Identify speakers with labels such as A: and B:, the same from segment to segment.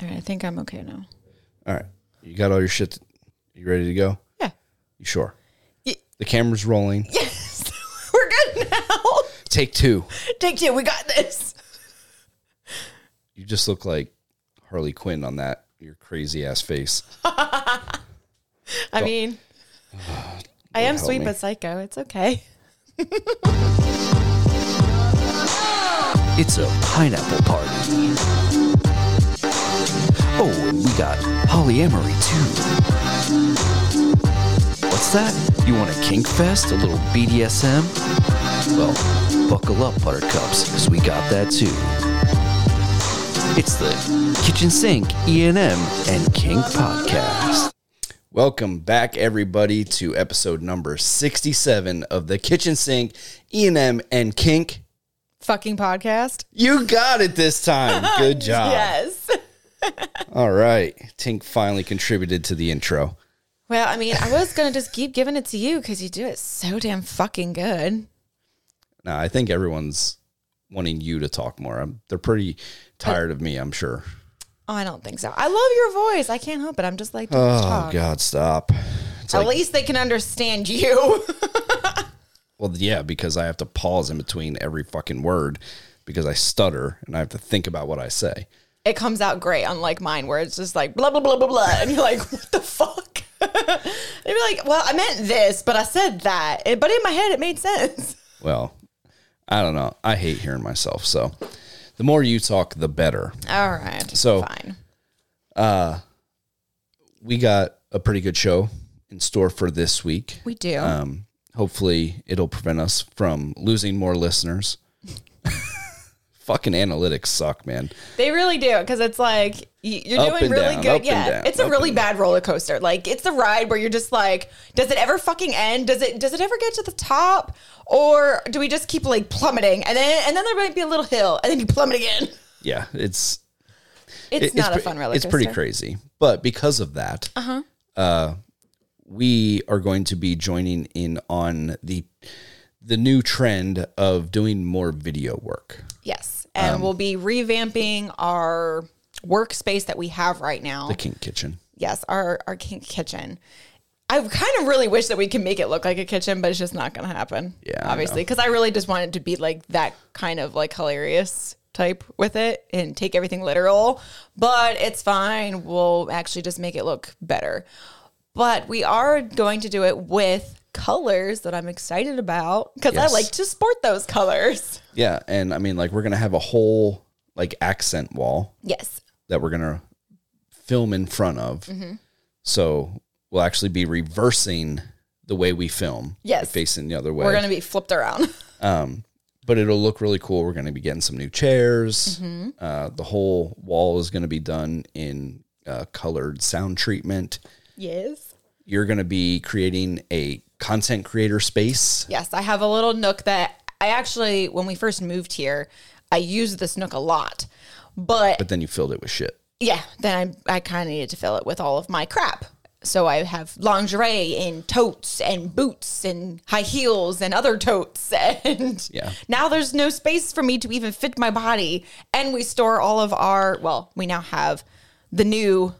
A: All right, I think I'm okay now.
B: All right. You got all your shit. You ready to go?
A: Yeah.
B: You sure?
A: Ye-
B: The camera's rolling.
A: Yes, we're good now.
B: Take two.
A: Take two. We got this.
B: You just look like Harley Quinn on that. Your crazy ass face.
A: I mean, I am
B: help
A: sweet
B: me.
A: but psycho. It's okay.
C: It's a pineapple party. Oh, and we got polyamory too. What's that? You want a kink fest? A little BDSM? Well, buckle up, buttercups, because we got that too. It's the Kitchen Sink, E&M, and Kink Podcast.
B: Welcome back, everybody, to episode number 67 of the Kitchen Sink, E&M, and Kink.
A: Fucking podcast.
B: You got it this time. Good job.
A: Yes.
B: All right. Tink finally contributed to the intro.
A: Well, I mean, I was gonna just keep giving it to you because you do it so damn fucking good.
B: No, I think everyone's wanting you to talk more. I'm, they're pretty tired of me, I'm sure.
A: Oh, I don't think so. I love your voice. I can't help it. I'm just like, to
B: Oh
A: talk.
B: God, stop! It's
A: at
B: like,
A: least they can understand you.
B: well, yeah, because I have to pause in between every fucking word because I stutter and I have to think about what I say.
A: it comes out great, unlike mine, where it's just like blah blah blah blah blah, and you're like, what the fuck? They'd be like, well, I meant this, but I said that, It- but in my head, it made sense.
B: Well, I don't know. I hate hearing myself. So, the more you talk, the better.
A: All right,
B: So-
A: fine.
B: We got a pretty good show in store for this week.
A: We do.
B: Um, hopefully, it'll prevent us from losing more listeners. fucking analytics suck, man.
A: They really do because it's like y- you're
B: Up
A: doing
B: and
A: really
B: down, up
A: good.
B: and
A: Yeah,
B: down,
A: it's a
B: up
A: really
B: and
A: bad roller coaster. Like it's a ride where you're just like, does it ever fucking end? Does it does it ever get to the top, or do we just keep like plummeting and then and then there might be a little hill and then you plummet again?
B: Yeah, it's
A: It's
B: it-
A: not a
B: pre-
A: fun roller Uh-huh.
B: It's
A: coaster.
B: pretty crazy. But because of that, uh we are going to be joining in on the the new trend of doing more video work.
A: Yes, and
B: Um,
A: we'll be revamping our workspace that we have right now.
B: The Kink Kitchen.
A: yes, our our kink kitchen. I kind of really wish that we could make it look like a kitchen, but it's just not going to happen.
B: Yeah, I know.
A: obviously, because I really just want it to be like that kind of like hilarious type with it and take everything literal. But it's fine. We'll actually just make it look better. But we are going to do it with colors that I'm excited about because
B: Yes.
A: I like to sport those colors.
B: Yeah, and I mean like we're going to have a whole like accent wall
A: Yes.
B: that we're going to film in front of.
A: Mm-hmm.
B: So we'll actually be reversing the way we film.
A: Yes.
B: like, Facing the other way.
A: We're going to be flipped around.
B: but it'll look really cool. We're going to be getting some new chairs.
A: Mm-hmm.
B: Uh, the whole wall is going to be done in uh, colored sound treatment.
A: Yes.
B: You're going to be creating a content creator space.
A: Yes, I have a little nook that I actually, when we first moved here, I used this nook a lot. But,
B: But then you filled it with shit.
A: yeah, then I, I kind of needed to fill it with all of my crap. So I have lingerie and totes and boots and high heels and other totes. And
B: Yeah.
A: now there's no space for me to even fit my body. And we store all of our, well, we now have the new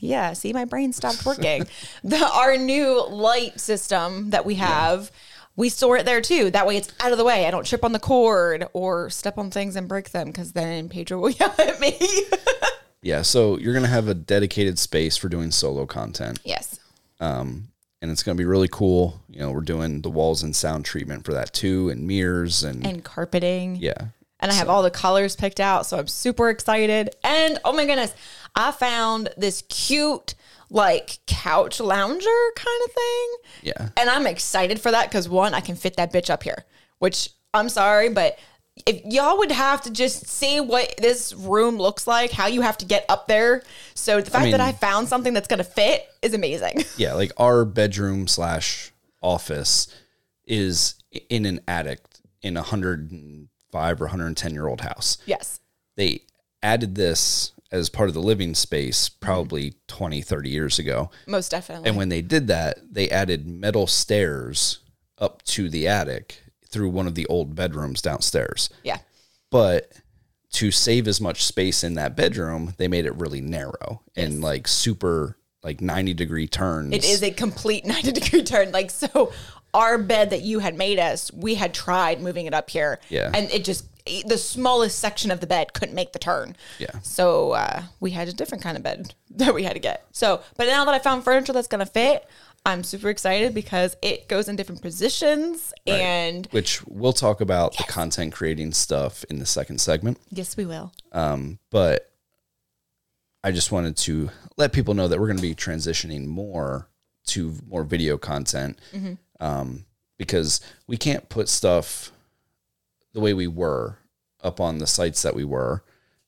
A: yeah, see, my brain stopped working. the, our new light system that we have, we store it there too. That way it's out of the way. I don't trip on the cord or step on things and break them because then Pedro will yell at me.
B: Yeah. So you're going to have a dedicated space for doing solo content.
A: yes.
B: And it's going to be really cool. You know, we're doing the walls and sound treatment for that too, and mirrors. And,
A: And carpeting.
B: yeah.
A: And I have all the colors picked out. So I'm super excited. And oh my goodness, I found this cute, like couch lounger kind of thing.
B: Yeah.
A: And I'm excited for that because one, I can fit that bitch up here, which I'm sorry, but if y'all would have to just see what this room looks like, how you have to get up there. So the fact that I
B: mean-
A: found something that's going to fit is amazing.
B: yeah, like our bedroom slash office is in an attic in a hundred and five or hundred and ten year old house.
A: yes.
B: They added this as part of the living space probably 20, 30 years ago.
A: Most definitely.
B: And when they did that, they added metal stairs up to the attic through one of the old bedrooms downstairs.
A: yeah.
B: But to save as much space in that bedroom, they made it really narrow and like super like 90 degree turns.
A: It is a complete 90 degree turn. Like, so our bed that you had made us, we had tried moving it up here.
B: Yeah.
A: And it just, the smallest section of the bed couldn't make the turn.
B: Yeah.
A: So uh, we had a different kind of bed that we had to get. So, but now that I found furniture that's going to fit, I'm super excited because it goes in different positions. And
B: which we'll talk about the content creating stuff in the second segment.
A: yes, we will.
B: but I just wanted to let people know that we're going to be transitioning more to more video content um, because we can't put stuff the way we were up on the sites that we were.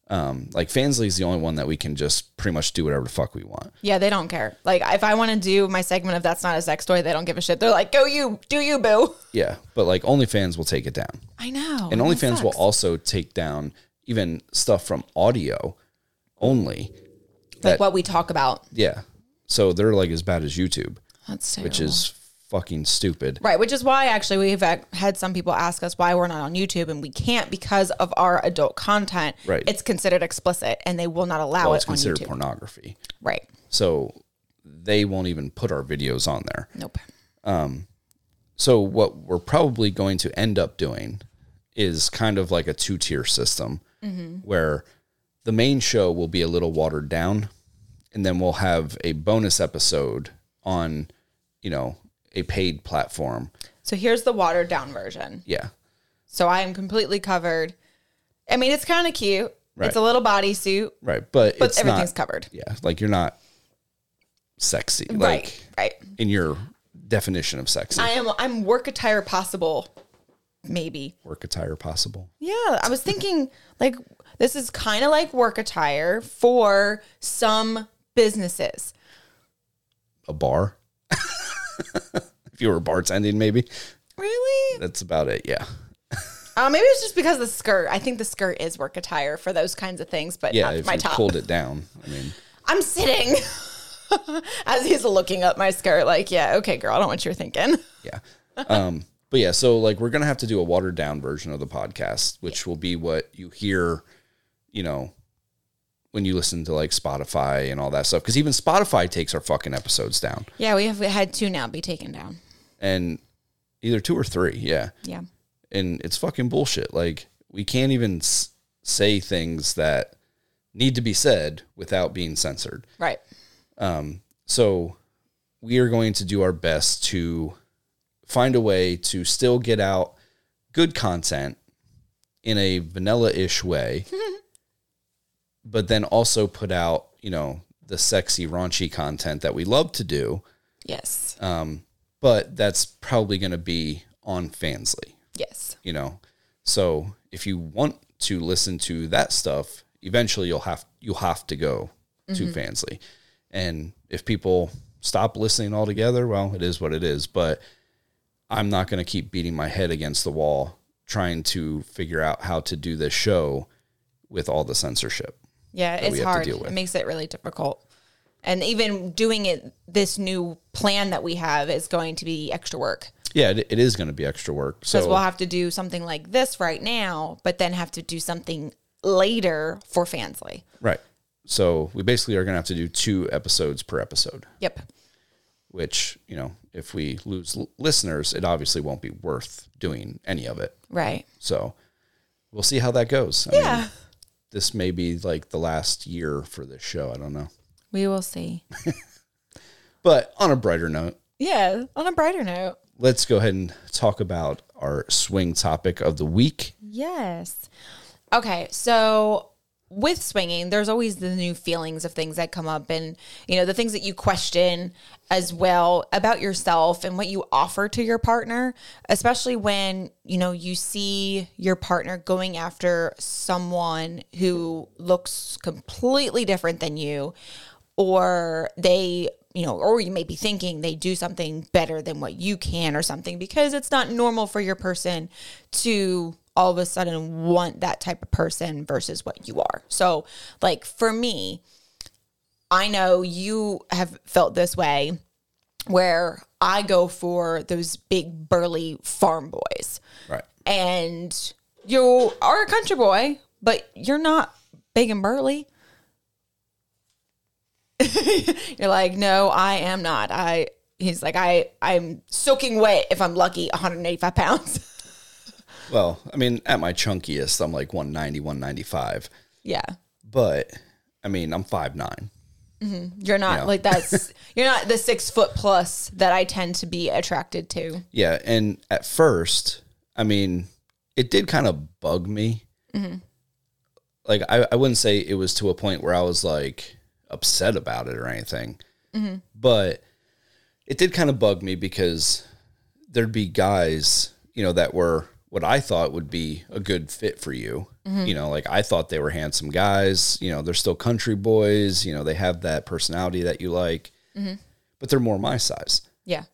B: Um, like Fansly is the only one that we can just pretty much do whatever the fuck we want.
A: Yeah, they don't care. Like, if I want to do my segment of That's Not a Sex Toy, they don't give a shit. They're like, go you, do you, boo.
B: Yeah, but like OnlyFans will take it down,
A: I know.
B: and
A: that
B: OnlyFans will
A: sucks.
B: also take down even stuff from audio only.
A: like
B: that-
A: what we talk about.
B: Yeah, so they're like as bad as YouTube.
A: That's terrible.
B: which is fucking stupid.
A: right, which is why actually we've ac- had some people ask us why we're not on YouTube and we can't because of our adult content.
B: Right.
A: it's considered explicit and they will not allow
B: Well,
A: it
B: it's
A: on
B: considered
A: YouTube.
B: pornography.
A: Right,
B: So they won't even put our videos on there.
A: nope.
B: So what we're probably going to end up doing is kind of like a two tier system
A: Mm-hmm.
B: where the main show will be a little watered down and then we'll have a bonus episode on, you know, a paid platform.
A: So here's the watered down version.
B: Yeah.
A: So I am completely covered. I mean, it's kind of cute.
B: Right.
A: It's a little bodysuit,
B: Right. But,
A: but
B: it's
A: everything's
B: not,
A: covered.
B: Yeah. Like you're not sexy. Like
A: right, right.
B: in your definition of sexy.
A: I am. I'm work attire possible, maybe.
B: work attire possible.
A: Yeah, I was thinking like this is kind of like work attire for some businesses.
B: A bar. if you were bartending, maybe
A: Really?
B: that's about it. Yeah,
A: Uh, maybe it's just because the skirt. I think the skirt is work attire for those kinds of things, but
B: yeah.
A: not
B: If
A: my
B: you
A: top.
B: pulled it down, I mean,
A: I'm sitting as he's looking up my skirt, like, yeah, okay, girl, I don't know what you're thinking.
B: yeah. Um, but yeah, so like we're gonna have to do a watered down version of the podcast, which will be what you hear, you know, when you listen to like Spotify and all that stuff. Because even Spotify takes our fucking episodes down,
A: Yeah, we have had two now be taken down.
B: and either two or three. Yeah,
A: Yeah.
B: and it's fucking bullshit. Like we can't even s- say things that need to be said without being censored.
A: Right.
B: So we are going to do our best to find a way to still get out good content in a vanilla-ish way, but then also put out, you know, the sexy, raunchy content that we love to do.
A: Yes.
B: Uh, But that's probably going to be on Fansly.
A: yes.
B: you know so if you want to listen to that stuff eventually you'll have you'll have to go to fansly and if people stop listening altogether well it is what it is but i'm not going to keep beating my head against the wall trying to figure out how to do this show with all the censorship
A: Yeah, it's
B: we have to
A: hard.
B: deal with.
A: It makes it really difficult. And even doing it, this new plan that we have is going to be extra work.
B: yeah it, it is going to be extra work
A: because
B: so
A: we'll have to do something like this right now, but then have to do something later for Fansly.
B: right so we basically are going to have to do two episodes per episode
A: Yep.
B: which you know if we lose l- listeners it obviously won't be worth doing any of it
A: Right.
B: so we'll see how that goes I
A: Yeah.
B: this may be like the last year for this show i don't know
A: We will see.
B: but on a brighter note
A: Yeah. On a brighter note.
B: let's go ahead and talk about our swing topic of the week
A: Yes. Okay. So with swinging, there's always the new feelings of things that come up and, you know, the things that you question as well about yourself and what you offer to your partner, especially when, you know, you see your partner going after someone who looks completely different than you or they you know or you may be thinking they do something better than what you can or something because it's not normal for your person to all of a sudden want that type of person versus what you are so like for me i know you have felt this way where i go for those big burly farm boys
B: right
A: and you are a country boy, but you're not big and burly. you're like, no, I am not. I he's like, I I'm soaking wet if I'm lucky, 185 pounds.
B: Well, I mean, at my chunkiest, I'm like 190, 195.
A: yeah.
B: But I mean, I'm 5'9.
A: You're not
B: Yeah.
A: like that's you're not the six foot plus that I tend to be attracted to.
B: Yeah. And at first, I mean, it did kind of bug me. Like, I, I wouldn't say it was to a point where I was like upset about it or anything, but it did kind of bug me because there'd be guys, you know, that were what I thought would be a good fit for you. You know, like I thought they were handsome guys, you know, they're still country boys, you know, they have that personality that you like, but they're more my size
A: Yeah.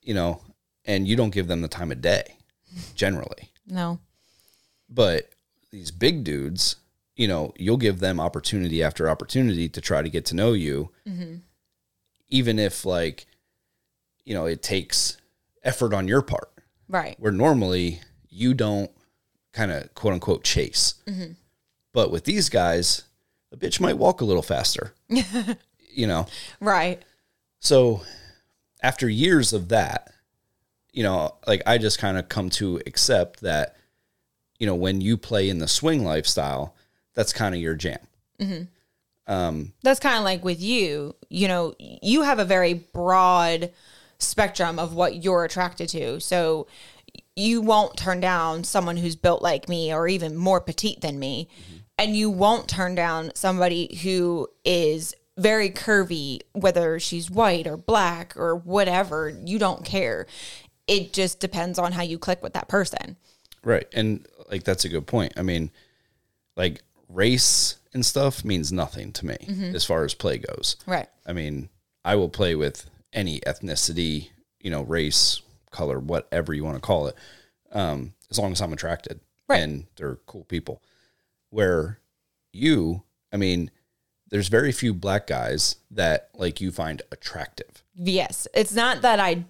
B: you know, and you don't give them the time of day generally.
A: No.
B: But these big dudes, you know, you'll give them opportunity after opportunity to try to get to know you, even if, like, you know, it takes effort on your part,
A: Right.
B: where normally you don't kind of quote unquote chase. But with these guys, the bitch might walk a little faster, you know.
A: Right.
B: So after years of that, you know, like I just kind of come to accept that, you know, when you play in the swing lifestyle, that's kind of your jam.
A: that's kind of like with you you know you have a very broad spectrum of what you're attracted to so you won't turn down someone who's built like me or even more petite than me and you won't turn down somebody who is very curvy whether she's white or black or whatever you don't care it just depends on how you click with that person
B: Right. And like that's a good point. I mean, like race and stuff means nothing to me as far as play goes.
A: right
B: I mean, I will play with any ethnicity, you know, race, color, whatever you want to call it, um, as long as I'm attracted
A: Right.
B: and they're cool people. Where you, I mean, there's very few black guys that like you find attractive.
A: Yes. It's not that I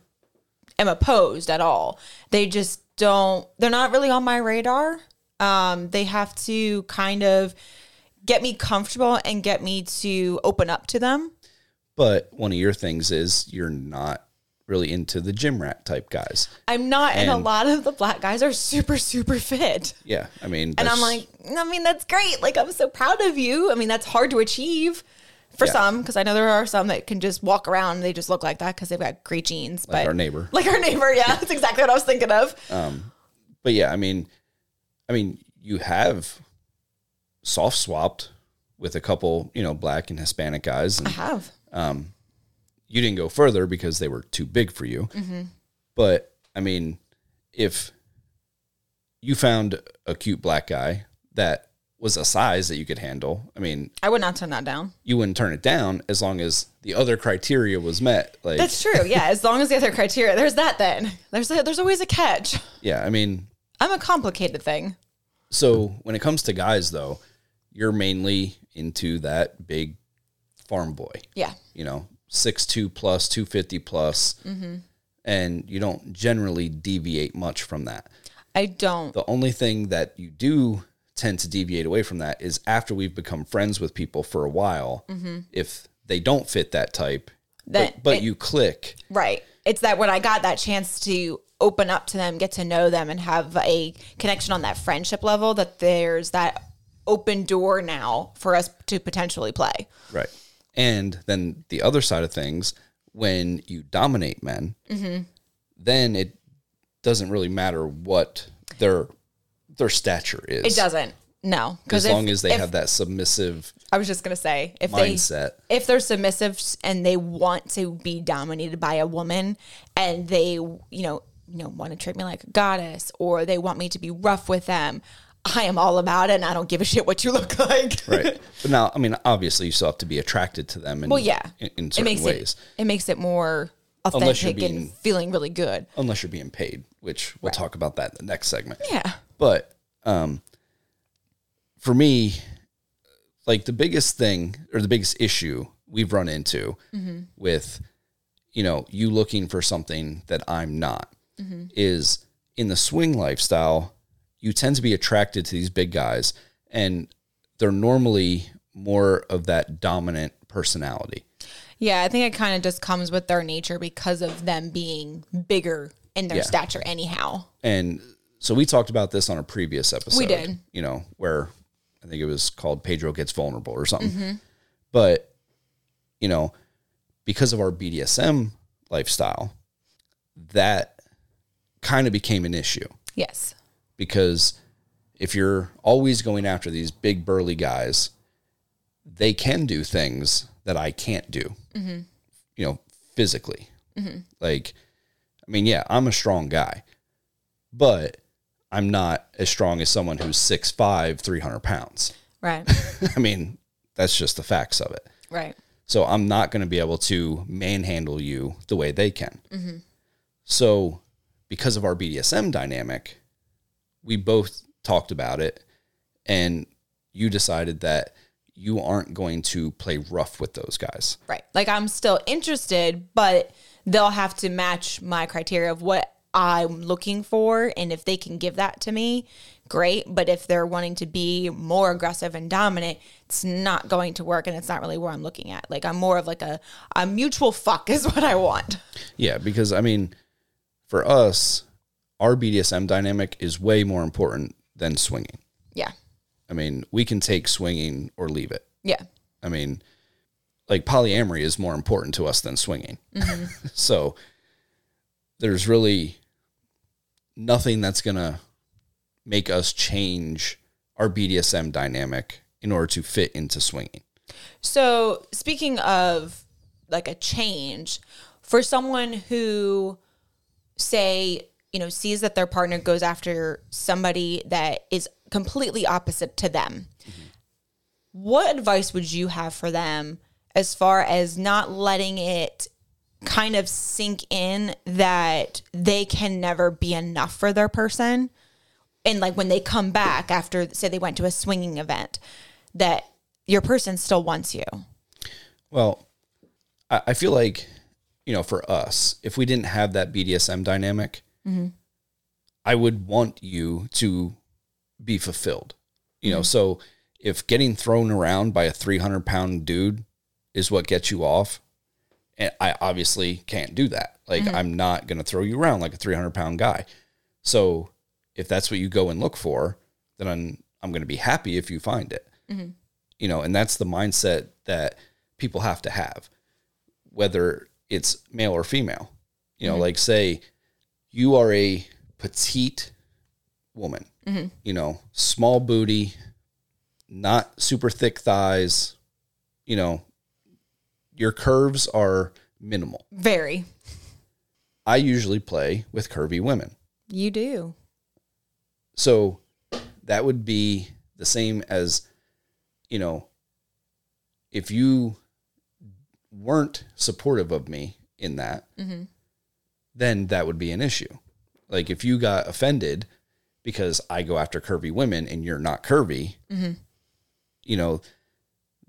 A: am opposed at all. They just don't, they're not really on my radar. Um, they have to kind of get me comfortable and get me to open up to them.
B: But one of your things is you're not really into the gym rat type guys.
A: I'm not, and, a
B: And-
A: lot of the black guys are super, super fit.
B: Yeah. I mean,
A: And I'm
B: that's-
A: like, I mean, that's great. Like, I'm so proud of you. I mean, that's hard to achieve for
B: Yeah.
A: some, because I know there are some that can just walk around and they just look like that because they've got great jeans.
B: like
A: but
B: our neighbor. Um,
A: like our neighbor, yeah, that's exactly what I was thinking of.
B: but yeah, I mean, I mean, you have soft swapped with a couple, you know, black and Hispanic guys,
A: I
B: and
A: have.
B: you didn't go further because they were too big for you. But I mean, if you found a cute black guy that was a size that you could handle, I mean,
A: I would not turn that down.
B: you wouldn't turn it down as long as the other criteria was met. Like,
A: That's true. Yeah, as long as the other criteria, there's that. Then there's a, there's always a catch.
B: yeah, I mean,
A: I'm a complicated thing.
B: so when it comes to guys, though, you're mainly into that big farm boy.
A: Yeah,
B: you know, six two plus, two fifty plus,
A: Mm-hmm.
B: and you don't generally deviate much from that.
A: I don't.
B: The only thing that you do tend to deviate away from that is after we've become friends with people for a while. If they don't fit that type,
A: Mm-hmm. That-
B: but, but
A: it-
B: you click,
A: Right. It's that when I got that chance to open up to them, get to know them, and have a connection on that friendship level, that there's that open door now for us to potentially play.
B: right? And then the other side of things, when you dominate men,
A: Mm-hmm.
B: then it doesn't really matter what their their stature is.
A: It doesn't. No,
B: as
A: because
B: long as they have that submissive
A: I was just gonna say if they
B: mindset.
A: if they're submissive and they want to be dominated by a woman and they you know you know want to treat me like a goddess or they want me to be rough with them i am all about it and i don't give a shit what you look like
B: right but now i mean obviously you still have to be attracted to them in,
A: well yeah
B: in, in certain
A: it makes
B: ways
A: it it makes it more
B: Unless you're
A: authentic
B: being-
A: and feeling really good
B: unless you're being paid which we'll talk about that in the next segment
A: yeah
B: but um for me like the biggest thing or the biggest issue we've run into with you know you looking for something that i'm not is in the swing lifestyle you tend to be attracted to these big guys, and they're normally more of that dominant personality.
A: Yeah, I think it kind of just comes with their nature because of them being bigger in their
B: Yeah.
A: stature, anyhow.
B: And so we talked about this on a previous episode.
A: We did.
B: You know, where I think it was called Pedro Gets Vulnerable or something. But, you know, because of our BDSM lifestyle, that kind of became an issue
A: Yes.
B: because if you're always going after these big burly guys, they can do things that I can't do, you know, physically. Like, I mean, yeah, I'm a strong guy, but I'm not as strong as someone who's 6'5, 300 pounds.
A: Right.
B: I mean, that's just the facts of it.
A: right.
B: So I'm not going to be able to manhandle you the way they can. So, because of our BDSM dynamic, we both talked about it, and you decided that you aren't going to play rough with those guys.
A: Right. Like I'm still interested, but they'll have to match my criteria of what I'm looking for. And if they can give that to me, great. But if they're wanting to be more aggressive and dominant, it's not going to work. And it's not really where I'm looking at. Like I'm more of like a, a mutual fuck is what I want.
B: Yeah, because I mean, for us, our BDSM dynamic is way more important than swinging.
A: Yeah.
B: I mean, we can take swinging or leave it.
A: Yeah.
B: I mean, like polyamory is more important to us than swinging. so there's really nothing that's going to make us change our BDSM dynamic in order to fit into swinging.
A: So, speaking of like a change, for someone who, say, you know, sees that their partner goes after somebody that is completely opposite to them, what advice would you have for them as far as not letting it kind of sink in that they can never be enough for their person? and like when they come back after say they went to a swinging event that your person still wants you
B: Well, I, I feel like, you know, for us, if we didn't have that BDSM dynamic, I would want you to be fulfilled. You know, so if getting thrown around by a 300 pound dude is what gets you off, and I obviously can't do that. Like, I'm not going to throw you around like a 300 pound guy. So if that's what you go and look for, then I'm, I'm going to be happy if you find it you know, and that's the mindset that people have to have, whether it's male or female. You know, like say you are a petite woman, you know, small booty, not super thick thighs, you know, your curves are minimal.
A: very
B: I usually play with curvy women.
A: you do
B: So that would be the same as, you know, if you weren't supportive of me in that, then that would be an issue. Like if you got offended because I go after curvy women and you're not curvy, you know,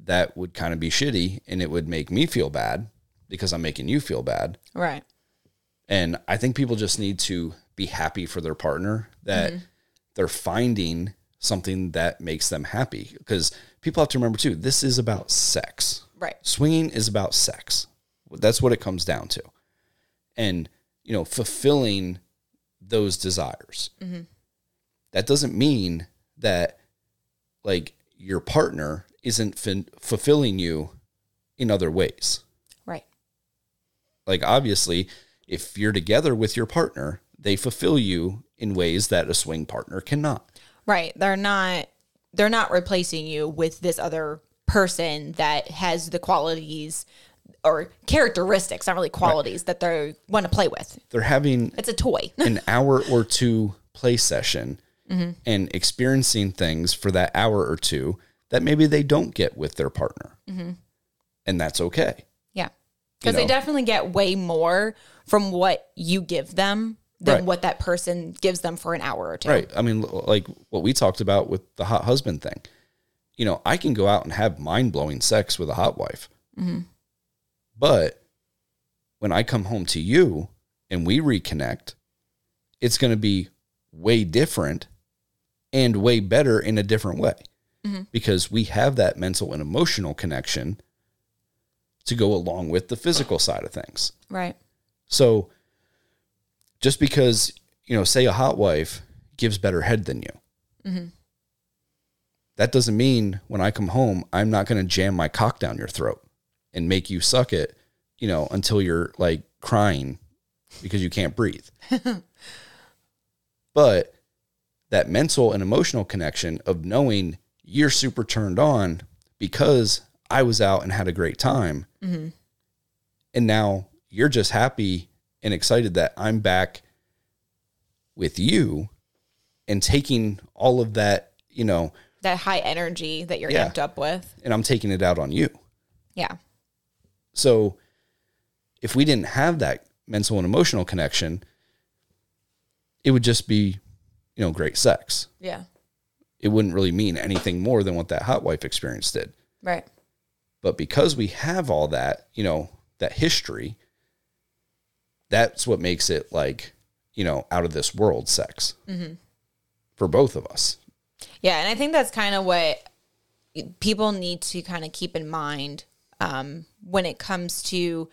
B: that would kind of be shitty and it would make me feel bad because I'm making you feel bad.
A: right
B: And I think people just need to be happy for their partner that they're finding something that makes them happy. Because people have to remember too, this is about sex.
A: right
B: Swinging is about sex. That's what it comes down to. And, you know, fulfilling those desires. That doesn't mean that, like, your partner isn't fin- fulfilling you in other ways
A: right
B: like obviously if you're together with your partner they fulfill you in ways that a swing partner cannot
A: right they're not they're not replacing you with this other person that has the qualities or characteristics not really qualities that they want to play with
B: they're having
A: it's a toy
B: an hour or two play session and experiencing things for that hour or two that maybe they don't get with their partner and that's okay
A: yeah because they
B: know.
A: definitely get way more from what you give them than
B: Right.
A: what that person gives them for an hour or two
B: right i mean l- like what we talked about with the hot husband thing you know i can go out and have mind-blowing sex with a hot wife but when i come home to you and we reconnect it's going to be way different and way better in a different way because we have that mental and emotional connection to go along with the physical side of things.
A: Right.
B: So just because, you know, say a hot wife gives better head than you, that doesn't mean when I come home, I'm not going to jam my cock down your throat and make you suck it, you know, until you're like crying because you can't breathe. but that mental and emotional connection of knowing you're super turned on because I was out and had a great time and now you're just happy and excited that I'm back with you and taking all of that, you know,
A: That high energy that you're
B: Yeah.
A: amped up with.
B: and I'm taking it out on you.
A: Yeah.
B: So if we didn't have that mental and emotional connection, it would just be, you know, great sex.
A: Yeah.
B: It wouldn't really mean anything more than what that hot wife experience did.
A: Right.
B: But because we have all that, you know, that history, that's what makes it like, you know, out of this world sex
A: Mm-hmm.
B: for both of us.
A: Yeah, and I think that's kind of what people need to kind of keep in mind um, when it comes to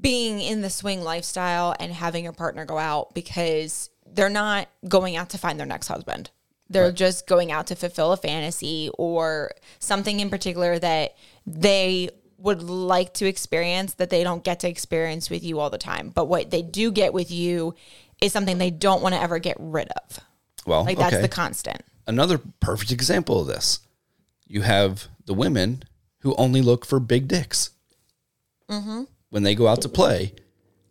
A: being in the swing lifestyle and having your partner go out because they're not going out to find their next husband. They're just going out to fulfill a fantasy or something in particular that they would like to experience that they don't get to experience with you all the time. But what they do get with you is something they don't want to ever get rid of.
B: Well,
A: Like
B: okay.
A: that's the constant.
B: another perfect example of this. You have the women who only look for big dicks. When they go out to play,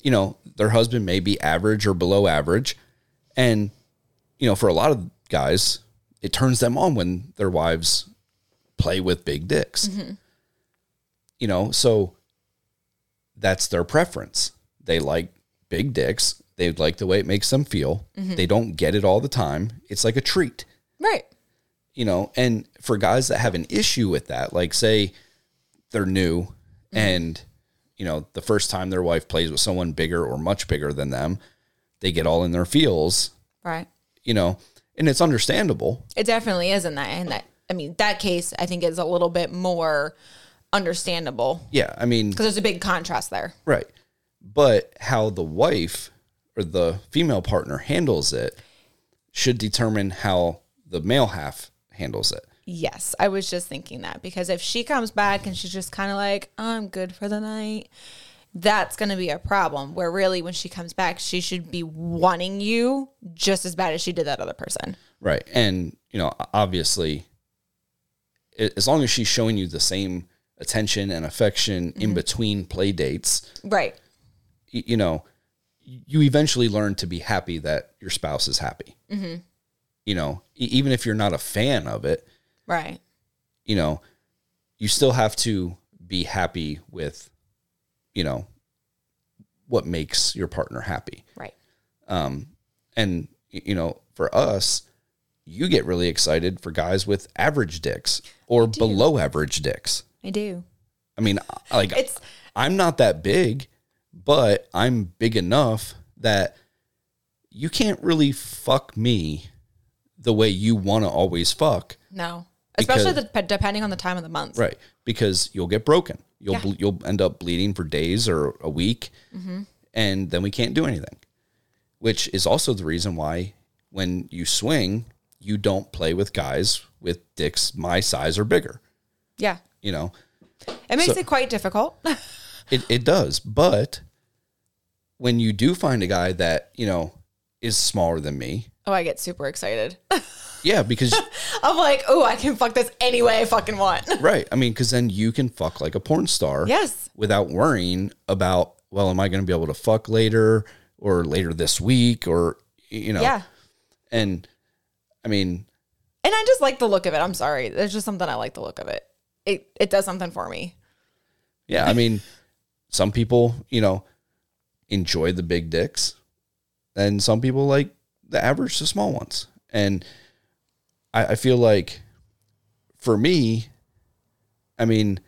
B: you know, their husband may be average or below average. And, you know, for a lot of guys, it turns them on when their wives play with big dicks. You know, so that's their preference. They like big dicks. They like the way it makes them feel. They don't get it all the time. It's like a treat
A: Right.
B: you know, and for guys that have an issue with that, like say they're new and you know, the first time their wife plays with someone bigger or much bigger than them, they get all in their feels,
A: Right.
B: you know, and it's understandable.
A: It definitely is in that and that I mean that case I think is a little bit more understandable
B: Yeah, I mean,
A: because there's a big contrast there.
B: right. But how the wife or the female partner handles it should determine how the male half handles it.
A: Yes, I was just thinking that because if she comes back and she's just kind of like I'm good for the night, that's going to be a problem. Where really when she comes back, she should be wanting you just as bad as she did that other person.
B: Right. And, you know, obviously, a- as long as she's showing you the same attention and affection in between play dates,
A: Right.
B: y- you know, you eventually learn to be happy that your spouse is happy. You know, e- even if you're not a fan of it,
A: Right.
B: you know, you still have to be happy with, you know, what makes your partner happy.
A: Right.
B: and y- you know for us you get really excited for guys with average dicks or below average dicks
A: I do.
B: i mean I- like
A: It's
B: i'm not that big but i'm big enough that you can't really fuck me the way you want to always fuck
A: no. Especially
B: Because-
A: the, depending on the time of the month.
B: right because you'll get broken you'll
A: Yeah.
B: ble- you'll end up bleeding for days or a week and then we can't do anything which is also the reason why when you swing you don't play with guys with dicks my size or bigger
A: Yeah.
B: you know
A: It makes
B: So-
A: it quite difficult.
B: it, it does but when you do find a guy that you know is smaller than me
A: Oh, I get super excited.
B: yeah because
A: I'm like, oh, I can fuck this any way I fucking want.
B: right i mean because then you can fuck like a porn star
A: Yes.
B: without worrying about well am i going to be able to fuck later or later this week or y- you know
A: Yeah.
B: and i mean
A: And I just like the look of it. I'm sorry. There's just something I like the look of it. It it does something for me.
B: yeah i mean some people you know enjoy the big dicks and some people like the average to small ones and i, I feel like for me i mean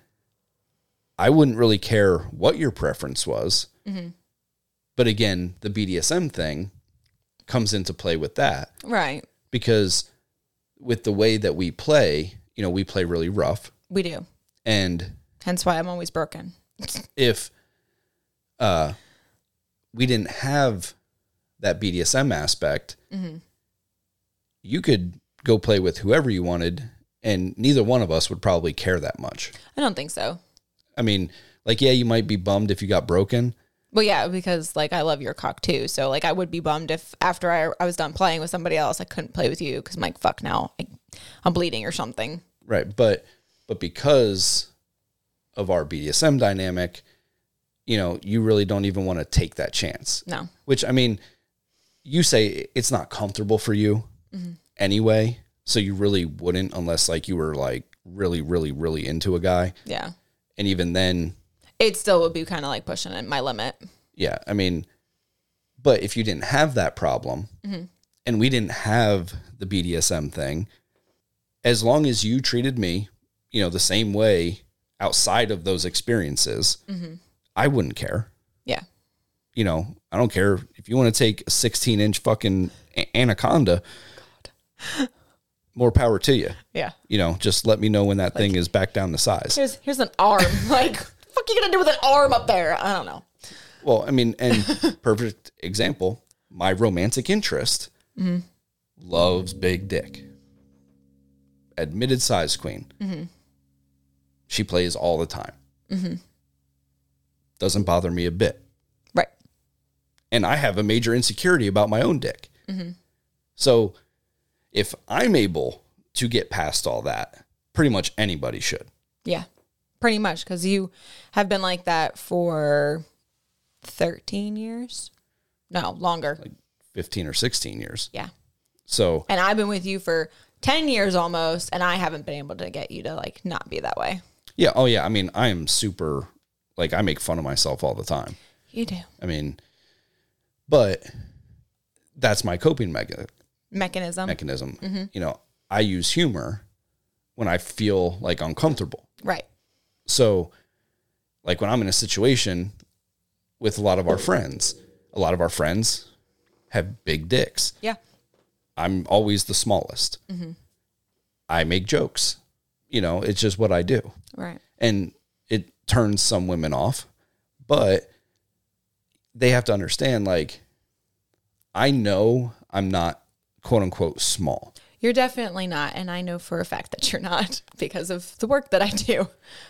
B: i wouldn't really care what your preference was but again the bdsm thing comes into play with that
A: Right.
B: because with the way that we play, you know, we play really rough.
A: We do.
B: And
A: Hence why I'm always broken.
B: if uh we didn't have that BDSM aspect, you could go play with whoever you wanted, and neither one of us would probably care that much.
A: I don't think so.
B: I mean, like, yeah, you might be bummed if you got broken.
A: Well, yeah, because like I love your cock too. So like I would be bummed if after I, I was done playing with somebody else, I couldn't play with you because I'm like, fuck now, I, I'm bleeding or something.
B: Right. But but because of our BDSM dynamic, you know, you really don't even want to take that chance.
A: No.
B: Which I mean, you say it's not comfortable for you anyway, so you really wouldn't unless like you were like really really really into a guy.
A: Yeah.
B: And even then,
A: It still would be kind of like pushing it, my limit.
B: yeah, I mean, but if you didn't have that problem and we didn't have the BDSM thing, as long as you treated me, you know, the same way outside of those experiences, I wouldn't care.
A: Yeah.
B: You know, I don't care if you want to take a 16 inch fucking a- anaconda, more power to you.
A: Yeah.
B: You know, just let me know when that thing is back down to size.
A: Here's here's an arm. like, fuck you gonna do with an arm up there? I don't know.
B: Well, I mean, and perfect example, my romantic interest loves big dick. Admitted size queen. She plays all the time. Doesn't bother me a bit.
A: Right.
B: And I have a major insecurity about my own dick. So if I'm able to get past all that, pretty much anybody should.
A: Yeah. Pretty much because you have been like that for 13 years. No, longer.
B: 15 or 16 years.
A: yeah.
B: So,
A: And I've been with you for 10 years almost, and I haven't been able to get you to like not be that way.
B: yeah. Oh, yeah. I mean, I am super, like, I make fun of myself all the time.
A: You do.
B: I mean, but that's my coping mecha-
A: Mechanism.
B: mechanism. You know, I use humor when I feel like uncomfortable.
A: right.
B: So, like when I'm in a situation with a lot of our friends, a lot of our friends have big dicks.
A: Yeah.
B: I'm always the smallest. I make jokes. You know, it's just what I do
A: Right.
B: and it turns some women off but they have to understand like i know i'm not quote unquote small
A: You're definitely not. And I know for a fact that you're not because of the work that I do.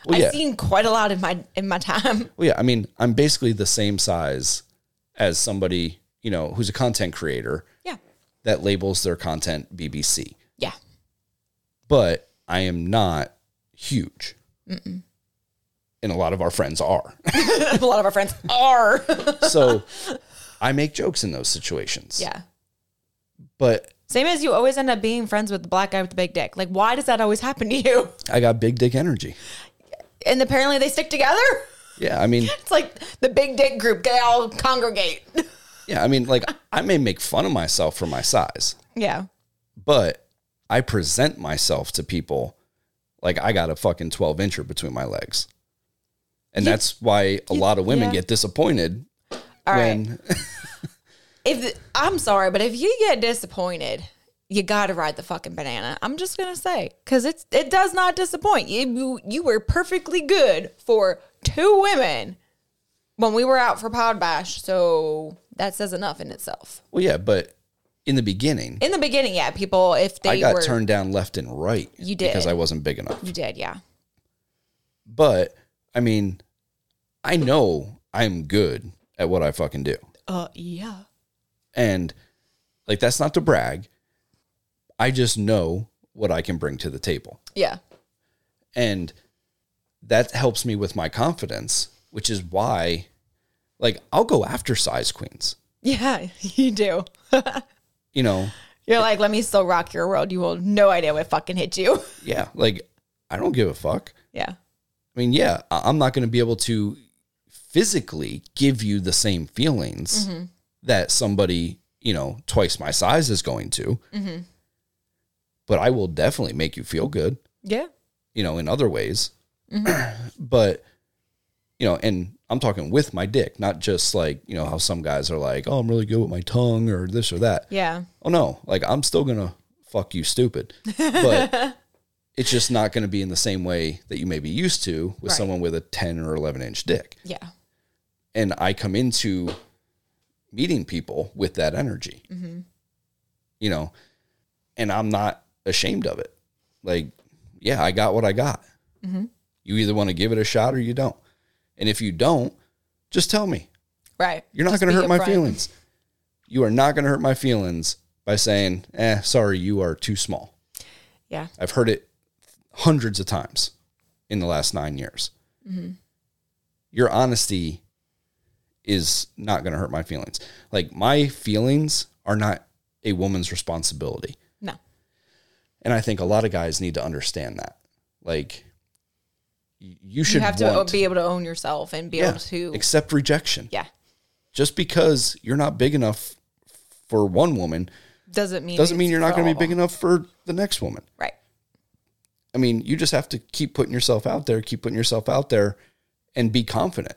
B: Well,
A: I've
B: yeah.
A: seen quite a lot in my in my time.
B: well yeah i mean i'm basically the same size as somebody you know who's a content creator
A: Yeah.
B: that labels their content bbc
A: Yeah.
B: but i am not huge and a lot of our friends are
A: a lot of our friends are.
B: so i make jokes in those situations
A: yeah.
B: but
A: Same as you always end up being friends with the black guy with the big dick. Like, why does that always happen to you?
B: i got big dick energy
A: And apparently they stick together.
B: yeah i mean
A: It's like the big dick group, they all congregate.
B: Yeah, I mean, like I may make fun of myself for my size,
A: Yeah.
B: but I present myself to people like I got a fucking twelve incher between my legs, and that's why a lot of women
A: yeah.
B: get disappointed
A: All right.
B: when
A: If the- I'm sorry, but if you get disappointed, you got to ride the fucking banana. I'm just gonna say because it's it does not disappoint. You, you you were perfectly good for two women when we were out for Pod Bash, so that says enough in itself.
B: well, yeah, but in the beginning,
A: In the beginning, yeah, people if they
B: I got
A: were
B: turned down left and right.
A: You did.
B: because I wasn't big enough.
A: you did, yeah,
B: But I mean, I know I'm good at what I fucking do.
A: uh, yeah,
B: And like that's not to brag. I just know what I can bring to the table.
A: yeah,
B: And that helps me with my confidence, which is why like I'll go after size queens.
A: yeah. You do.
B: You know,
A: You're like, let me still rock your world. You will have no idea what fucking hit you.
B: yeah, like I don't give a fuck.
A: yeah,
B: I mean, yeah, I- I'm not going to be able to physically give you the same feelings that somebody, you know, twice my size is going to. But I will definitely make you feel good.
A: yeah,
B: you know, in other ways. but you know, and I'm talking with my dick, not just like, you know, how some guys are like, "Oh, I'm really good with my tongue" or this or that.
A: yeah.
B: Oh no, like I'm still going to fuck you, stupid. But it's just not going to be in the same way that you may be used to with
A: Right.
B: someone with a 10 or 11 inch dick.
A: Yeah.
B: And I come into meeting people with that energy, you know, and I'm not ashamed of it. Like, yeah, I got what I got. You either want to give it a shot or you don't. And if you don't, just tell me.
A: Right.
B: You're not
A: Just
B: going to
A: be
B: hurt my
A: upfront.
B: feelings. You are not going to hurt my feelings by saying, eh, sorry, you are too small.
A: Yeah.
B: I've heard it hundreds of times in the last nine years.
A: Mm-hmm.
B: Your honesty is not going to hurt my feelings. Like, my feelings are not a woman's responsibility.
A: No.
B: And I think a lot of guys need to understand that. Like, y- you should
A: You have to
B: want,
A: be able to own yourself and be
B: yeah,
A: able to.
B: accept rejection.
A: yeah.
B: Just because you're not big enough for one woman
A: Doesn't mean
B: doesn't mean
A: it's
B: you're not
A: for
B: going to
A: all.
B: be big enough for the next woman.
A: Right.
B: I mean, you just have to keep putting yourself out there, keep putting yourself out there, and be confident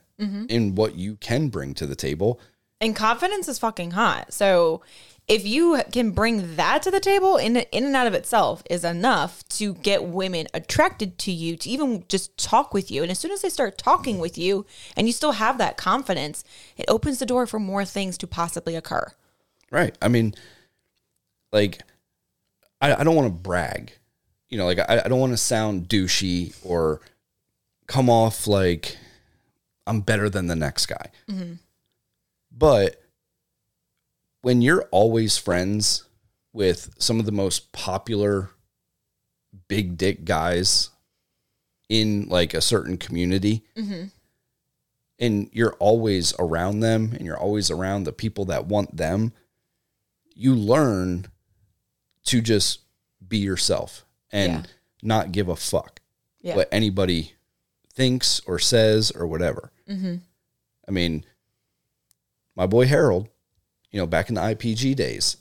B: in what you can bring to the table.
A: And confidence is fucking hot. So if you can bring that to the table in in and out of itself is enough to get women attracted to you to even just talk with you. And as soon as they start talking with you and you still have that confidence, it opens the door for more things to possibly occur.
B: Right. I mean, like, I, I don't want to brag. You know, like, I, I don't want to sound douchey or come off like I'm better than the next guy. But when you're always friends with some of the most popular big dick guys in like a certain community,
A: Mm-hmm.
B: and you're always around them and you're always around the people that want them, you learn to just be yourself and
A: Yeah.
B: not give a fuck
A: Yeah.
B: what anybody thinks or says or whatever.
A: Mm-hmm.
B: I mean, my boy Harold, you know, back in the IPG days,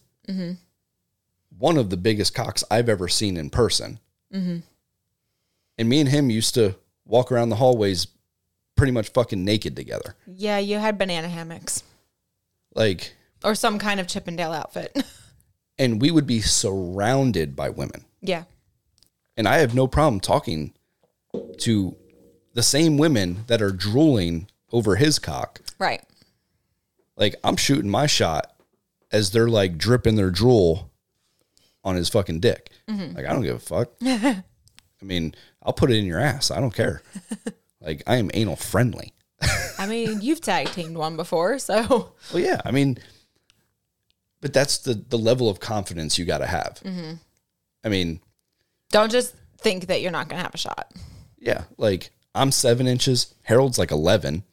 B: one of the biggest cocks I've ever seen in person. And me and him used to walk around the hallways pretty much fucking naked together.
A: Yeah, you had banana hammocks
B: Like,
A: or some kind of Chippendale outfit.
B: and we would be surrounded by women.
A: yeah.
B: And I have no problem talking to the same women that are drooling over his cock.
A: Right.
B: Like, I'm shooting my shot as they're like dripping their drool on his fucking dick. Like, I don't give a fuck. I mean, I'll put it in your ass. I don't care. like, I am anal friendly.
A: I mean, you've tag teamed one before, so
B: Well, yeah, I mean, but that's the the level of confidence you got to have. I mean,
A: don't just think that you're not going to have a shot.
B: yeah, like I'm seven inches, Harold's like eleven,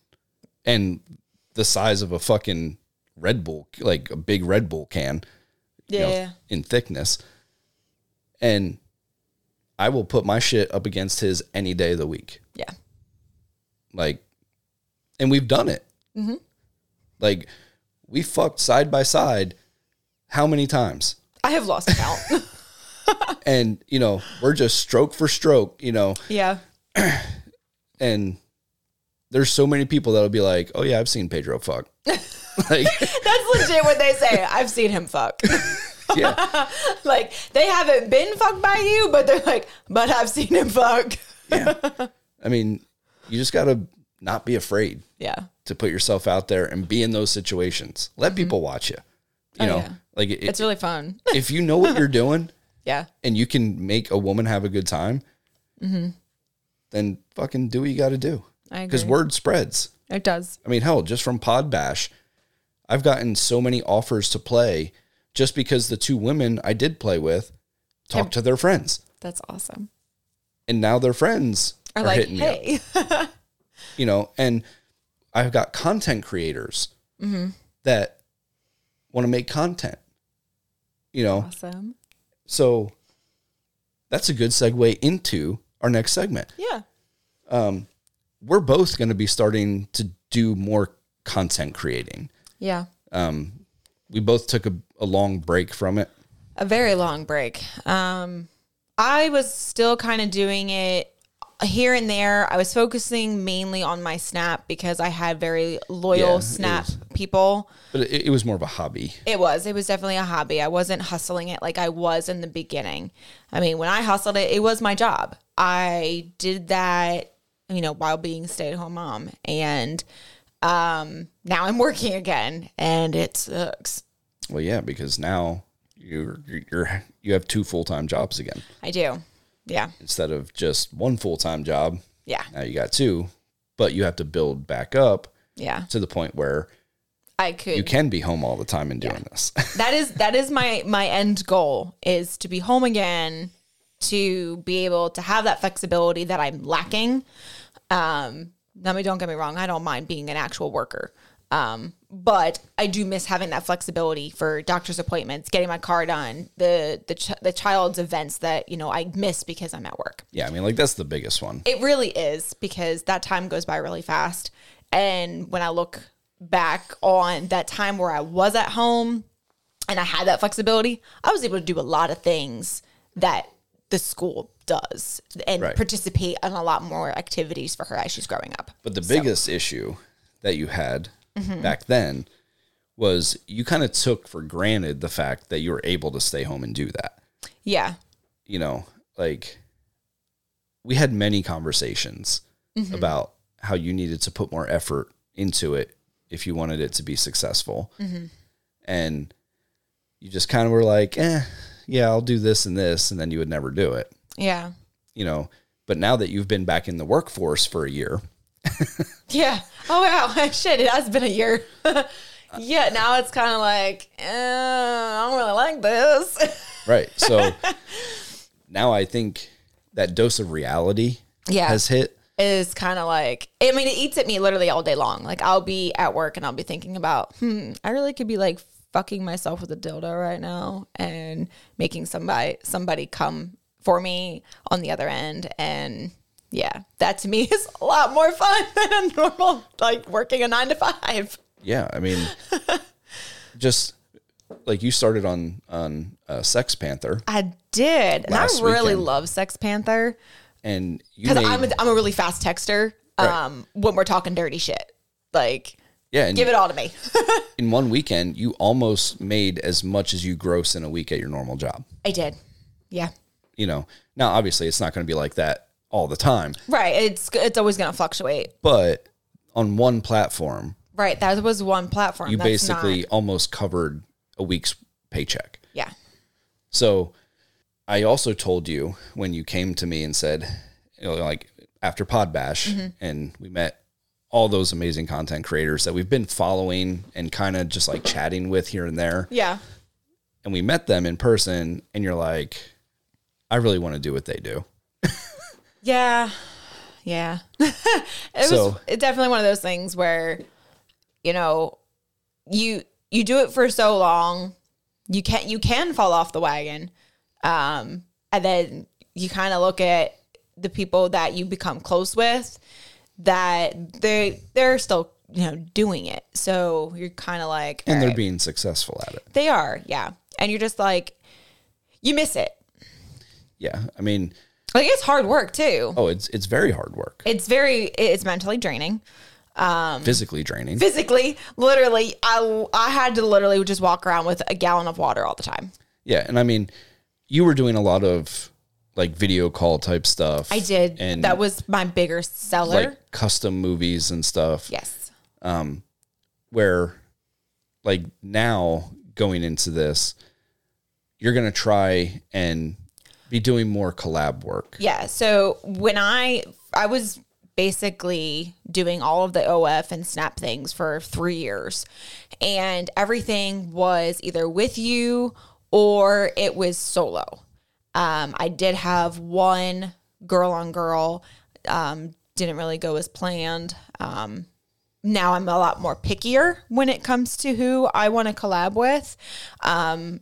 B: and the size of a fucking Red Bull, like a big Red Bull can, you know, in thickness, and I will put my shit up against his any day of the week.
A: Yeah.
B: like and we've done it like we fucked side by side how many times
A: I have lost count.
B: and you know we're just stroke for stroke you know
A: yeah.
B: and there's so many people that'll be like oh yeah i've seen pedro fuck like
A: That's legit what they say. I've seen him fuck.
B: yeah
A: like they haven't been fucked by you, but they're like, but I've seen him fuck.
B: yeah i mean you just gotta not be afraid
A: Yeah.
B: to put yourself out there and be in those situations let people watch you you
A: Mm-hmm. Oh,
B: know
A: yeah.
B: like it,
A: It's really fun.
B: if you know what you're doing
A: Yeah.
B: and you can make a woman have a good time, then fucking do what you got to do.
A: Mm-hmm. I agree.
B: Because word spreads.
A: It does.
B: I mean, hell, just from Pod Bash, I've gotten so many offers to play just because the two women I did play with talked to their friends,
A: That's awesome.
B: and now their friends
A: Or
B: are
A: like,
B: hitting me up.
A: hey.
B: You know, and I've got content creators that want to make content. You know,
A: awesome.
B: so that's a good segue into our next segment.
A: Yeah.
B: we're both going to be starting to do more content creating.
A: Yeah.
B: Um, we both took a, a long break from it.
A: a very long break. Um, I was still kind of doing it here and there, I was focusing mainly on my Snap because I had very loyal
B: Yeah, it
A: Snap
B: was-
A: people.
B: But it, it was more of a hobby.
A: It was. It was definitely a hobby. I wasn't hustling it like I was in the beginning. I mean, when I hustled it, it was my job. I did that, you know, while being a stay-at-home mom, and um, now I'm working again, and it sucks.
B: Well, yeah, because now you're you're you have two full time jobs again
A: I do. Yeah.
B: instead of just one full time job.
A: Yeah.
B: Now you got two, but you have to build back up
A: Yeah.
B: to the point where
A: I
B: you
A: could
B: can be home all the time and doing this.
A: that is that is my my end goal is to be home again to be able to have that flexibility that i'm lacking um i mean don't get me wrong i don't mind being an actual worker um but i do miss having that flexibility for doctor's appointments getting my car done the the, ch- the child's events that you know i miss because i'm at work
B: yeah, I mean, like that's the biggest one.
A: it really is because that time goes by really fast. And when I look back on that time where I was at home and I had that flexibility, I was able to do a lot of things that the school does and
B: Right.
A: participate in a lot more activities for her as she's growing up.
B: But the biggest issue that you had back then was you kind of took for granted the fact that you were able to stay home and do that.
A: Yeah.
B: You know, like we had many conversations about how you needed to put more effort into it if you wanted it to be successful. And you just kind of were like, eh, yeah, I'll do this and this. And then you would never do it,
A: Yeah.
B: you know. But now that you've been back in the workforce for a year,
A: Yeah. Oh wow. Shit, it has been a year. yeah. Now it's kind of like eh, I don't really like this.
B: Right. So now I think that dose of reality
A: Yeah.
B: has hit.
A: is kind of like I mean it eats at me literally all day long. Like I'll be at work and I'll be thinking about, hmm, I really could be like fucking myself with a dildo right now and making somebody somebody come for me on the other end and yeah, that to me is a lot more fun than a normal like working a 9 to 5.
B: Yeah. I mean, just like you started on on uh, Sex Panther,
A: I did. And I
B: Last
A: really
B: weekend.
A: love Sex Panther
B: and you
A: cuz
B: made,
A: I'm a, I'm a really fast texter um when we're talking dirty shit. Like
B: yeah, and
A: give it all to me.
B: in one weekend you almost made as much as you gross in a week at your normal job.
A: I did. Yeah.
B: You know, now obviously it's not going to be like that all the time,
A: Right. It's it's always going to fluctuate.
B: but on one platform
A: Right. That was one platform.
B: you
A: That's
B: basically
A: not-
B: almost covered a week's paycheck.
A: yeah.
B: So I also told you when you came to me and said, you know, like after Pod Bash,
A: Mm-hmm.
B: and we met all those amazing content creators that we've been following and kind of just like chatting with here and there.
A: Yeah.
B: And we met them in person, and you're like, I really want to do what they do.
A: Yeah. Yeah. it was
B: So-
A: it definitely one of those things where you know you you do it for so long, you can you can fall off the wagon. Um and then you kind of look at the people that you become close with that they they're still, you know, doing it. So you're kind of like
B: And
A: all
B: they're
A: right.
B: being successful at it.
A: They are, yeah. And you're just like, you miss it.
B: Yeah. I mean,
A: Like it's hard work too.
B: oh, it's it's very hard work,
A: It's very, it's mentally draining. Um,
B: physically draining.
A: Physically, literally, I I had to literally just walk around with a gallon of water all the time.
B: Yeah, and I mean, you were doing a lot of like video call type stuff.
A: I did.
B: and
A: that was my bigger seller.
B: like custom movies and stuff
A: yes.
B: where like now going into this you're going to try and be doing more collab work
A: Yeah. So when I I was basically doing all of the OF and snap things for three years, and everything was either with you or it was solo. Um, I did have one girl on girl. Um, didn't really go as planned. Um, now I'm a lot more pickier when it comes to who I want to collab with Um,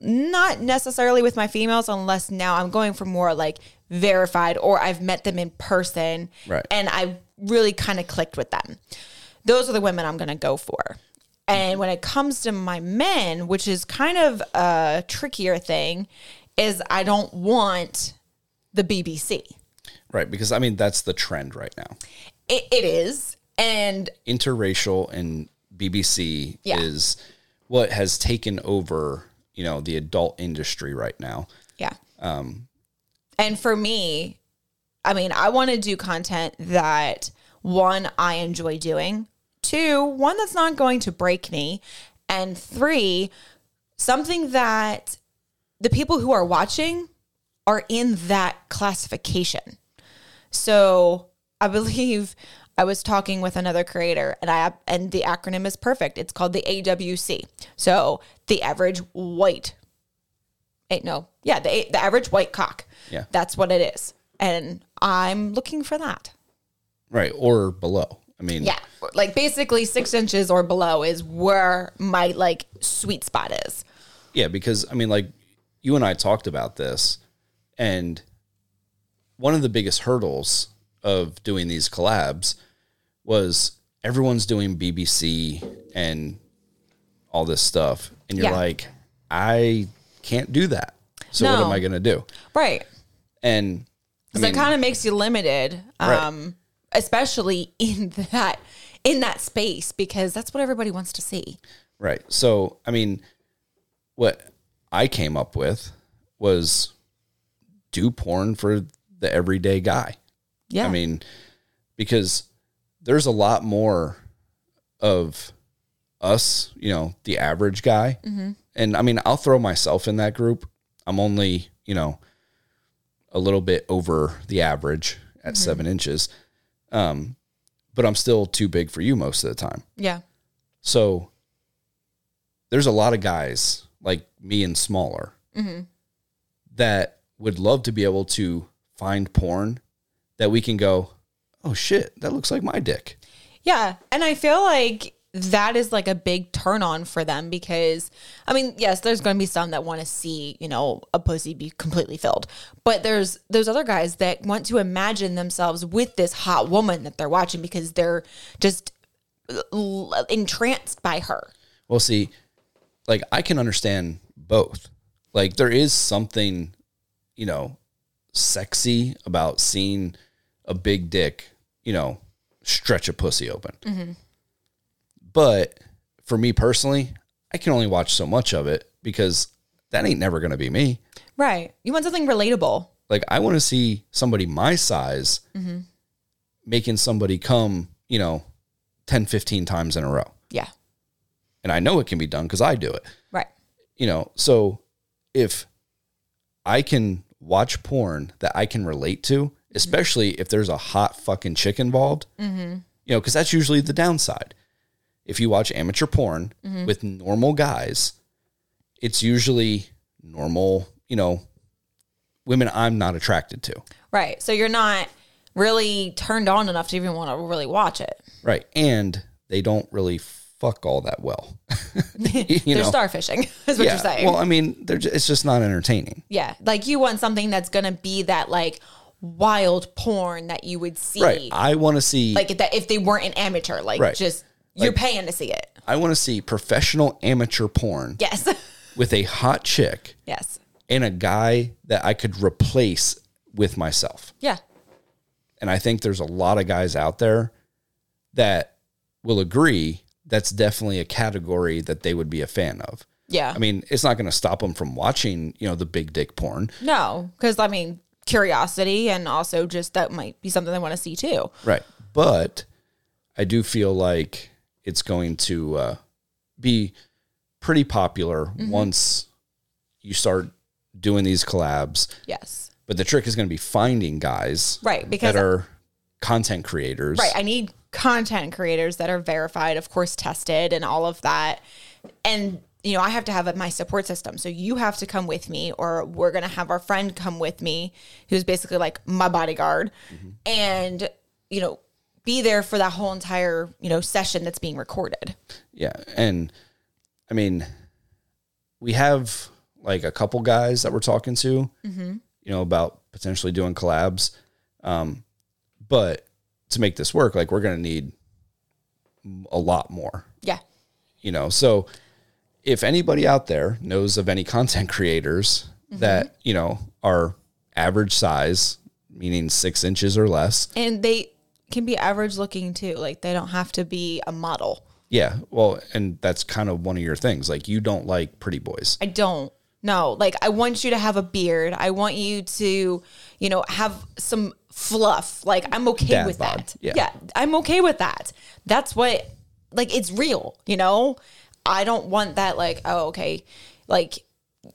A: not necessarily with my females unless now I'm going for more like verified or I've met them in person
B: Right.
A: and I really kind of clicked with them. Those are the women I'm going to go for. And when it comes to my men, which is kind of a trickier thing, is I don't want the BBC.
B: Right. Because I mean, that's the trend right now.
A: It, it is. And
B: Interracial and BBC
A: Yeah.
B: is what has taken over, you know, the adult industry right now.
A: yeah. Um, and for me, I mean, I want to do content that one, I enjoy doing, two, one that's not going to break me, and three, something that the people who are watching are in that classification. So I believe I was talking with another creator, and I and the acronym is perfect. It's called the AWC. So the average white, eh, no, yeah, the a- the average white cock.
B: Yeah.
A: that's what it is, and I'm looking for that.
B: Right. Or below. I mean,
A: Yeah, like basically six inches or below is where my like sweet spot is.
B: Yeah, because I mean, like you and I talked about this, and one of the biggest hurdles of doing these collabs was everyone's doing BBC and all this stuff, and you're
A: Yeah.
B: like, I can't do that. So what
A: No.
B: am I going to do?
A: Right.
B: And I
A: So
B: mean,
A: it kind of makes you limited, um, especially in that in that space because that's what everybody wants to see.
B: Right. So, I mean, what I came up with was do porn for the everyday guy.
A: Yeah,
B: I mean, because there's a lot more of us, you know, the average guy. And I mean, I'll throw myself in that group. I'm only, you know, a little bit over the average at seven inches. Um, but I'm still too big for you most of the time.
A: yeah,
B: So there's a lot of guys like me and smaller that would love to be able to find porn that we can go, oh shit, that looks like my dick.
A: yeah. And I feel like that is like a big turn on for them because, I mean, yes, there's going to be some that want to see you know a pussy be completely filled, but there's those other guys that want to imagine themselves with this hot woman that they're watching because they're just l- entranced by her.
B: Well, see, like I can understand both. Like there is something, you know, sexy about seeing a big dick, you know, stretch a pussy open. But for me personally, I can only watch so much of it because that ain't never going to be me.
A: Right. You want something relatable.
B: Like I want to see somebody my size making somebody come, you know, 10, 15 times in a row.
A: Yeah.
B: And I know it can be done because I do it.
A: Right.
B: you know, so if I can watch porn that I can relate to,
A: Mm-hmm.
B: especially if there's a hot fucking chick involved, you know, because that's usually the downside. If you watch amateur porn
A: Mm-hmm.
B: with normal guys, it's usually normal, you know, women I'm not attracted to.
A: Right. So you're not really turned on enough to even want to really watch it.
B: Right. And they don't really fuck all that well. you
A: They're
B: know,
A: starfishing, is what
B: yeah.
A: you're saying.
B: Well, I mean, they're just, it's just not entertaining.
A: yeah. Like you want something that's going to be that like wild porn that you would see.
B: Right. I want to see
A: Like that if they weren't an amateur, like
B: Right.
A: just you're paying to see it.
B: I want to see professional amateur porn
A: Yes.
B: with a hot chick
A: yes.
B: and a guy that I could replace with myself.
A: Yeah.
B: And I think there's a lot of guys out there that will agree that's definitely a category that they would be a fan of.
A: Yeah.
B: I mean, it's not going to stop them from watching, you know, the big dick porn.
A: no, because I mean, curiosity and also just that might be something they want to see too.
B: Right. But I do feel like it's going to uh, be pretty popular once you start doing these collabs.
A: Yes.
B: But the trick is going to be finding guys
A: Right. Because
B: that are content creators.
A: Right. I need content creators that are verified, of course, tested and all of that. And, you know, I have to have my support system. So you have to come with me, or we're going to have our friend come with me, who's basically like my bodyguard, and, you know, be there for that whole entire, you know, session that's being recorded.
B: Yeah. And I mean, we have like a couple guys that we're talking to,
A: Mm-hmm.
B: you know, about potentially doing collabs. Um, but to make this work, like we're going to need a lot more.
A: Yeah.
B: you know so if anybody out there
A: Mm-hmm.
B: knows of any content creators that you know are average size meaning six inches or less.
A: And they can be average looking too. Like they don't have to be a model.
B: Yeah. Well, and that's kind of one of your things. Like you don't like pretty boys.
A: I don't. No, like I want you to have a beard. I want you to, you know, have some fluff. Like I'm okay
B: Dad
A: with
B: bod,
A: that.
B: yeah.
A: I'm okay with that. That's what like it's real, you know? I don't want that like, oh, okay. Like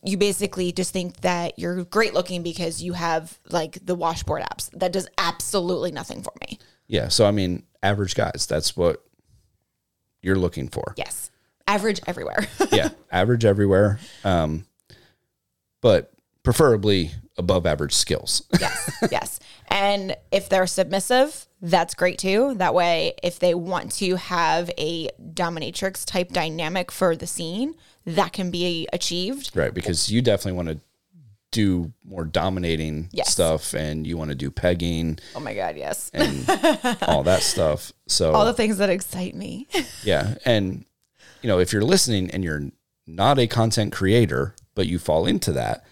A: you basically just think that you're great looking because you have like the washboard abs. That does absolutely nothing for me.
B: Yeah. So I mean, average guys. That's what you're looking for.
A: Yes. Average everywhere.
B: yeah, average everywhere. Um, but preferably above average skills.
A: yes. And if they're submissive, that's great too. That way, if they want to have a dominatrix type dynamic for the scene, that can be achieved.
B: right. Because you definitely want to do more dominating
A: Yes.
B: stuff and you want to do pegging
A: Oh my God, yes.
B: and all that stuff. So,
A: All the things that excite me.
B: yeah. And, you know, if you're listening and you're not a content creator, but you fall into that,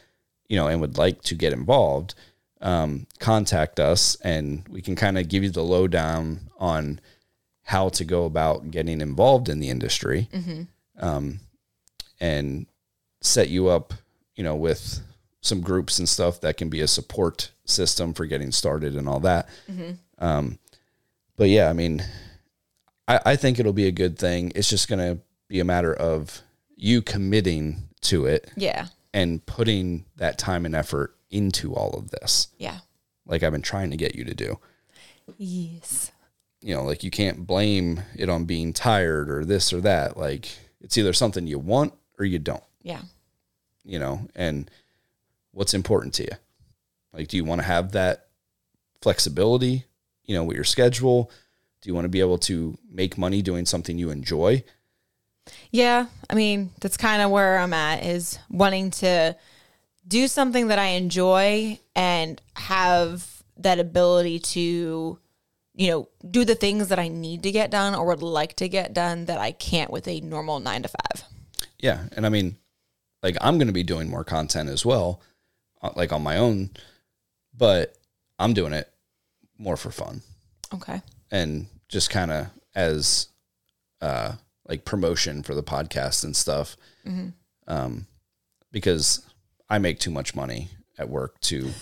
B: you know, and would like to get involved, um, contact us and we can kind of give you the lowdown on how to go about getting involved in the industry um, and set you up, you know, with some groups and stuff that can be a support system for getting started and all that. Um, but yeah, I mean, I, I think it'll be a good thing. It's just going to be a matter of you committing to it
A: yeah.
B: and putting that time and effort into all of this,
A: Yeah.
B: like I've been trying to get you to do.
A: Yes.
B: You know, like you can't blame it on being tired or this or that. Like it's either something you want or you don't,
A: Yeah.
B: you know, and what's important to you. Like, do you want to have that flexibility, you know, with your schedule? Do you want to be able to make money doing something you enjoy?
A: Yeah. I mean, that's kind of where I'm at is wanting to do something that I enjoy and have that ability to, you know, do the things that I need to get done or would like to get done that I can't with a normal nine to five.
B: Yeah, and I mean, like I'm going to be doing more content as well, uh, like on my own, but I'm doing it more for fun
A: Okay.
B: and just kind of as uh like promotion for the podcast and stuff. Um because I make too much money at work to
A: You're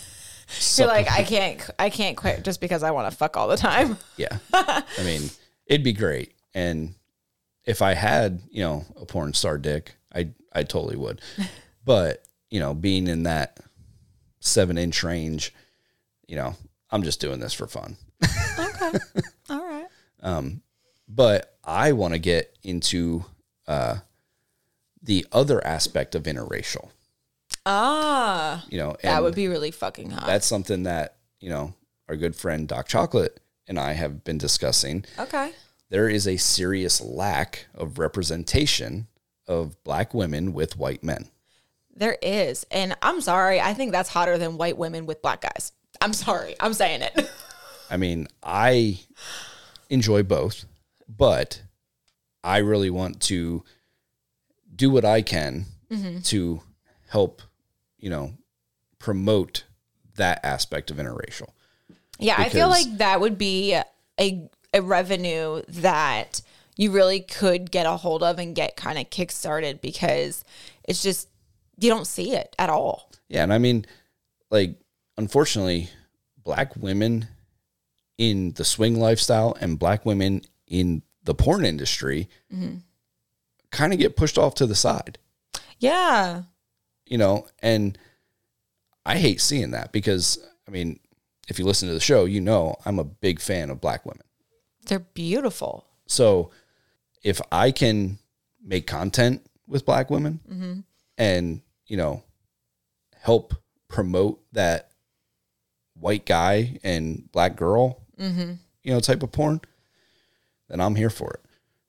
B: supple-
A: like, I can't, I can't quit just because I want to fuck all the time.
B: yeah. I mean, it'd be great and if I had, you know, a porn star dick, I I totally would. But, you know, being in that seven inch range, you know, I'm just doing this for fun.
A: All right.
B: But I want to get into uh the other aspect of interracial.
A: Ah,
B: You know, and
A: that would be really fucking hot.
B: that's something that, you know, our good friend Doc Chocolate and I have been discussing.
A: okay.
B: There is a serious lack of representation of black women with white men.
A: There is. And I'm sorry. I think that's hotter than white women with black guys. I'm sorry. I'm saying it.
B: I mean, I enjoy both, but I really want to do what I can to help, you know, promote that aspect of interracial.
A: Yeah, I feel
B: because-
A: like that would be a a revenue that you really could get a hold of and get kind of kickstarted because it's just you don't see it at all.
B: Yeah, and I mean, like, unfortunately, black women in the swing lifestyle and black women in the porn industry kind of get pushed off to the side,
A: Yeah.
B: you know? And I hate seeing that because, I mean, if you listen to the show, you know I'm a big fan of black women.
A: They're beautiful.
B: So if I can make content with black women and, you know, help promote that white guy and black girl, you know, type of porn, then I'm here for it.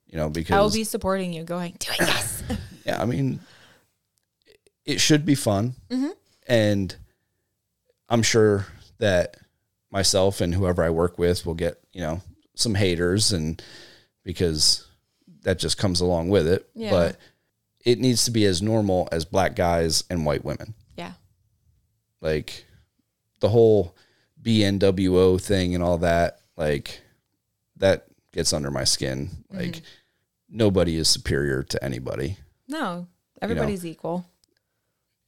B: You know,
A: I will
B: because,
A: be supporting you going, do it, yes.
B: yeah, I mean, it should be fun. And I'm sure that myself and whoever I work with will get, you know, some haters and because that just comes along with it.
A: Yeah.
B: But it needs to be as normal as black guys and white women.
A: yeah.
B: Like the whole BNWO thing and all that, like that gets under my skin. Like nobody is superior to anybody.
A: No, everybody's equal.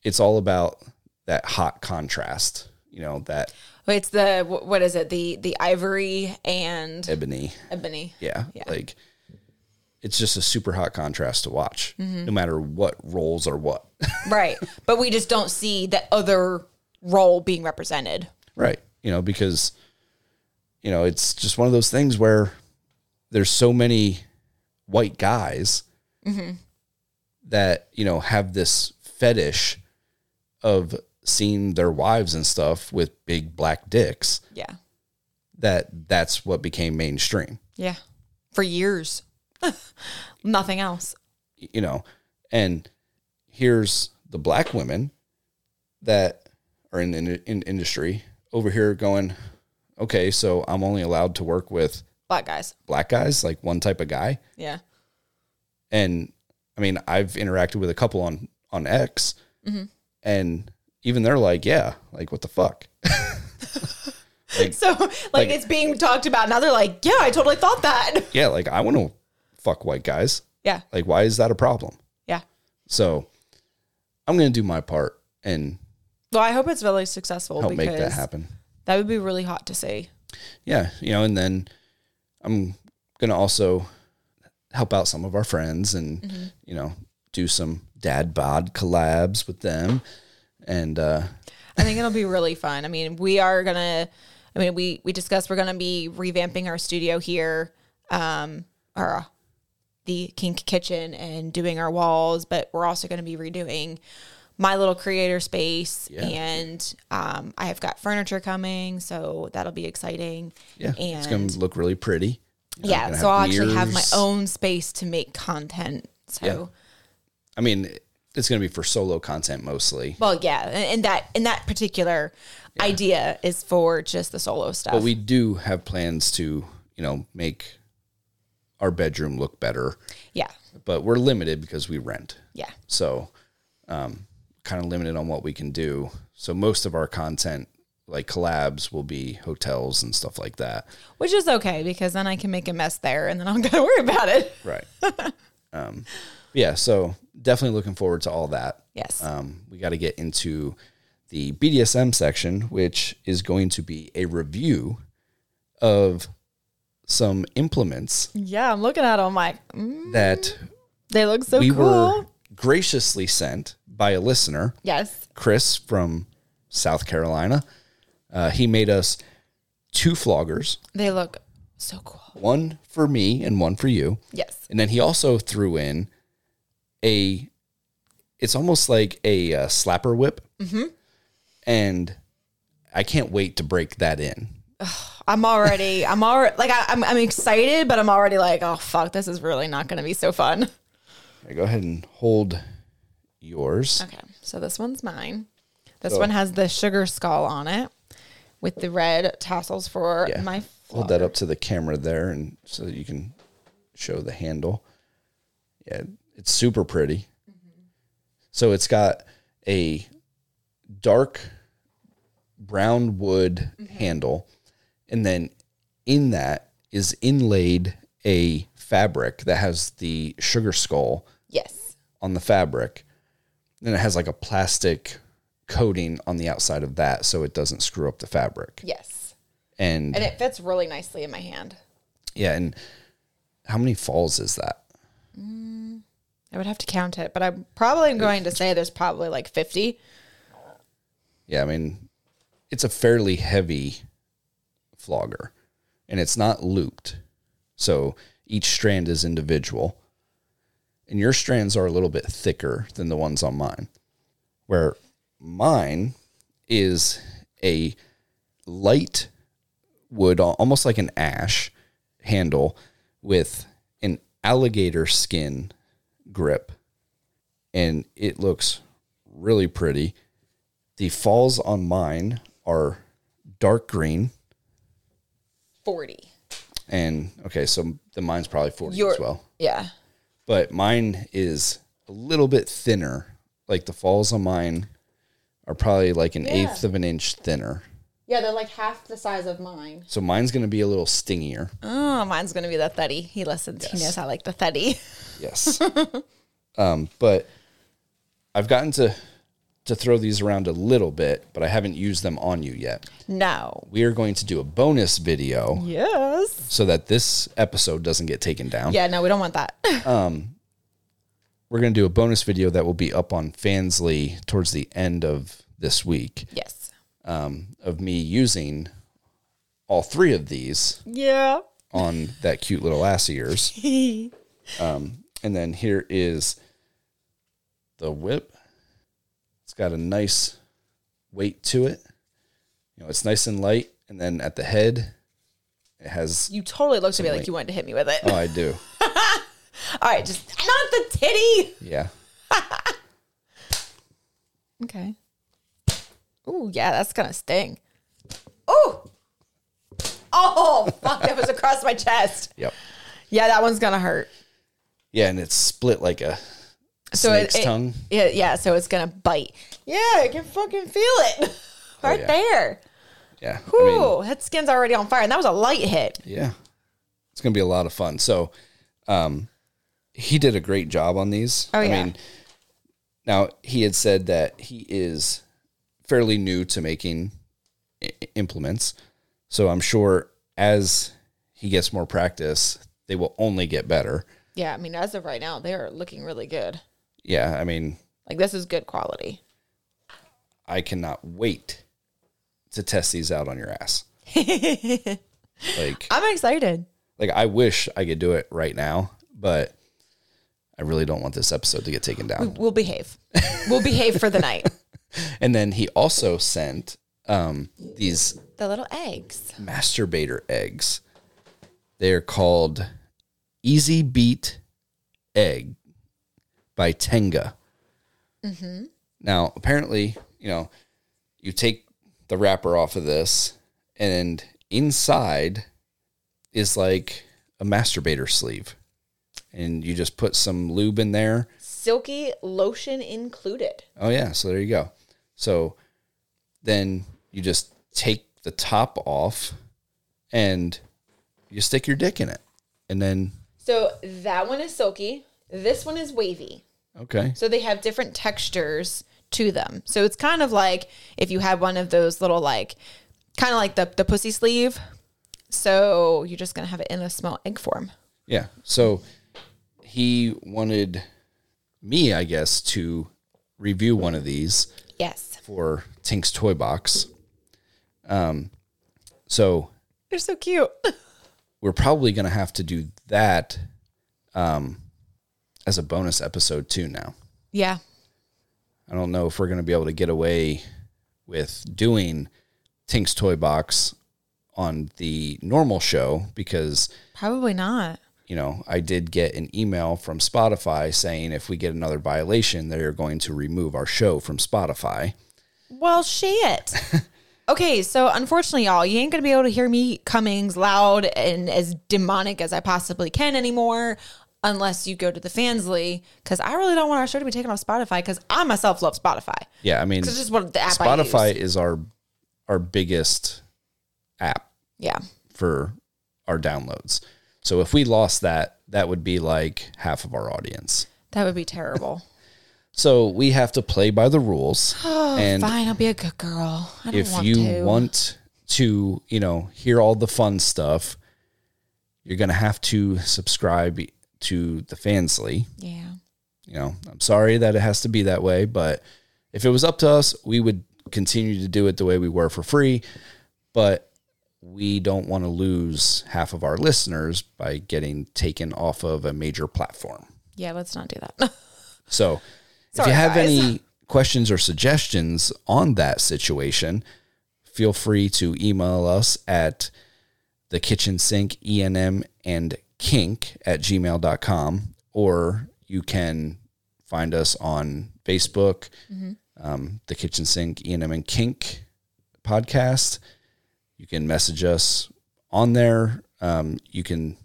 B: It's all about that hot contrast, you know, that
A: It's the wh- what is it? The the ivory and
B: ebony.
A: ebony.
B: Yeah. Like it's just a super hot contrast to watch, no matter what roles or what.
A: Right. But we just don't see the other role being represented.
B: Right. You know, because, you know, it's just one of those things where there's so many white guys that, you know, have this fetish of seeing their wives and stuff with big black dicks
A: Yeah.
B: that that's what became mainstream,
A: Yeah. For years. Nothing else.
B: you know. And here's the black women that are in, in, in industry over here going, okay, so I'm only allowed to work with
A: Black guys.
B: black guys, like one type of guy.
A: Yeah.
B: And I mean, I've interacted with a couple on on X, and even they're like, "Yeah, like what the fuck?"
A: So like, it's being talked about now. They're like, yeah, I totally thought that.
B: yeah, like I want to fuck white guys.
A: Yeah.
B: Like, why is that a problem?
A: Yeah.
B: So, I'm gonna do my part and
A: Well, I hope it's really successful
B: help
A: because
B: make that happen.
A: that would be really hot to see.
B: Yeah, you know, and then I'm gonna also help out some of our friends and you know do some dad bod collabs with them and uh
A: I think it'll be really fun. I mean, we are gonna. I mean, we we discussed we're gonna be revamping our studio here, um, or uh, the Kink Kitchen, and doing our walls. But we're also gonna be redoing my little creator space,
B: Yeah.
A: and um, I have got furniture coming, so that'll be exciting.
B: Yeah,
A: and
B: it's gonna look really pretty. You're
A: yeah,
B: gonna
A: so I'll actually have my
B: mirrors.
A: own space to make content. So.
B: Yeah. I mean, it's gonna be for solo content mostly,
A: Well, yeah, and, and that and that particular idea is for just the solo stuff.
B: but we do have plans to, you know, make our bedroom look better.
A: yeah,
B: But we're limited because we rent,
A: yeah,
B: so um, kind of limited on what we can do. So most of our content, like collabs, will be hotels and stuff like that.
A: which is okay because then I can make a mess there, and then I don't gotta worry about it.
B: Right. um, yeah. So definitely looking forward to all that.
A: Yes,
B: um, we got to get into the BDSM section, which is going to be a review of some implements
A: yeah, I'm looking at them like mm,
B: that
A: they look so
B: we
A: cool.
B: were graciously sent by a listener,
A: yes,
B: Chris from South Carolina. Uh, he made us two floggers,
A: they look so cool.
B: one for me and one for you.
A: Yes,
B: And then he also threw in a, it's almost like a uh, slapper whip. And I can't wait to break that in.
A: I'm already, I'm already like I, I'm, I'm excited, but I'm already like, oh fuck, this is really not gonna be so fun.
B: All right, go ahead and hold yours.
A: Okay, so this one's mine. This
B: Oh.
A: one has the sugar skull on it with the red tassels for
B: Yeah.
A: my.
B: Hold that up to the camera there and so that you can show the handle. Yeah, it's super pretty. So it's got a dark brown wood handle and then in that is inlaid a fabric that has the sugar skull
A: Yes.
B: on the fabric. Then it has like a plastic coating on the outside of that so it doesn't screw up the fabric.
A: Yes.
B: And,
A: And it fits really nicely in my hand.
B: yeah, and how many falls is that?
A: I would have to count it, but I'm probably going to say there's probably like 50.
B: Yeah, I mean, it's a fairly heavy flogger and it's not looped. So each strand is individual. And your strands are a little bit thicker than the ones on mine, where mine is a light wood, al- almost like an ash handle with an alligator skin grip. And it looks really pretty. The falls on mine are dark green
A: 40.
B: and okay, so the mine's probably 40
A: Your-
B: as well.
A: Yeah.
B: But mine is a little bit thinner. Like the falls on mine are probably like an eighth of an inch thinner.
A: Yeah, they're like half the size of mine.
B: So mine's going to be a little stingier.
A: Oh, mine's gonna be the thuddy. He listens. He knows I like the thuddy.
B: Yes. um, but I've gotten to to throw these around a little bit, but I haven't used them on you yet.
A: No.
B: We are going to do a bonus video
A: Yes.
B: so that this episode doesn't get taken down.
A: Yeah. No, we don't want that.
B: We're going to do a bonus video that will be up on Fansly towards the end of this week
A: yes.
B: um, of me using all three of these
A: Yeah.
B: on that cute little ass of yours. And then here is the whip. It's got a nice weight to it. You know, it's nice and light. And then at the head, it has.
A: you totally looked at me like you wanted to hit me with it.
B: Oh, I do.
A: All right, just not the titty.
B: Yeah.
A: Okay. Oh yeah, that's gonna sting. Oh. Oh fuck! That was across my chest.
B: Yep.
A: Yeah, that one's gonna hurt.
B: Yeah, and it's split like a
A: So
B: snake's
A: it, it-
B: tongue.
A: Yeah, yeah. So it's gonna bite. Yeah, I can fucking feel it right
B: Oh, yeah.
A: there.
B: Yeah. I mean,
A: Ooh, that skin's already on fire, and that was a light hit.
B: yeah. It's going to be a lot of fun. So, um, he did a great job on these.
A: Oh,
B: I
A: yeah.
B: mean, now he had said that he is fairly new to making i- implements. So I'm sure as he gets more practice, they will only get better.
A: Yeah, I mean, as of right now, they are looking really good.
B: Yeah, I mean,
A: Like this is good quality.
B: I cannot wait to test these out on your ass. like
A: I'm excited.
B: like I wish I could do it right now, but I really don't want this episode to get taken down.
A: We'll behave. We'll behave for the night.
B: And then he also sent um, these
A: The little eggs.
B: masturbator eggs. They are called Easy Beat Egg by Tenga. Now, apparently, you know, you take the wrapper off of this, and inside is like a masturbator sleeve. And you just put some lube in there.
A: Silky lotion included.
B: Oh yeah, so there you go. So then you just take the top off and you stick your dick in it. And then
A: So that one is silky. This one is wavy.
B: okay.
A: So they have different textures to them. So it's kind of like if you had one of those little like kind of like the, the pussy sleeve. So you're just gonna have it in a small egg form.
B: Yeah. So he wanted me, I guess, to review one of these
A: Yes.
B: for Tink's toy box. Um so
A: They're so cute.
B: we're probably going to have to do that um as a bonus episode too now.
A: yeah.
B: I don't know if we're going to be able to get away with doing Tink's Toy Box on the normal show because,
A: Probably not.
B: you know, I did get an email from Spotify saying if we get another violation, they're going to remove our show from Spotify.
A: Well, shit. okay, so unfortunately, y'all, you ain't gonna be able to hear me Cummings loud and as demonic as I possibly can anymore, unless you go to the Fansly, because I really don't want our show to be taken off Spotify, because I myself love Spotify.
B: Yeah, I mean,
A: This is what the app I
B: Spotify
A: use.
B: is our our biggest app
A: Yeah,
B: for our downloads. So if we lost that, that would be like half of our audience.
A: that would be terrible.
B: So we have to play by the rules. and
A: Oh, Fine, I'll be a good girl. I don't
B: if
A: want
B: you
A: to.
B: want to, you know, hear all the fun stuff, you're going to have to subscribe to the Fansly.
A: yeah,
B: You know, I'm sorry that it has to be that way, but if it was up to us, we would continue to do it the way we were for free. But we don't want to lose half of our listeners by getting taken off of a major platform.
A: yeah, let's not do that.
B: So if
A: Sorry,
B: you have
A: guys.
B: any questions or suggestions on that situation, feel free to email us at the kitchen sink enm and kink at gmail.com or you can find us on facebook
A: Mm-hmm.
B: um, the kitchen sink enm and kink podcast you can message us on there um, you can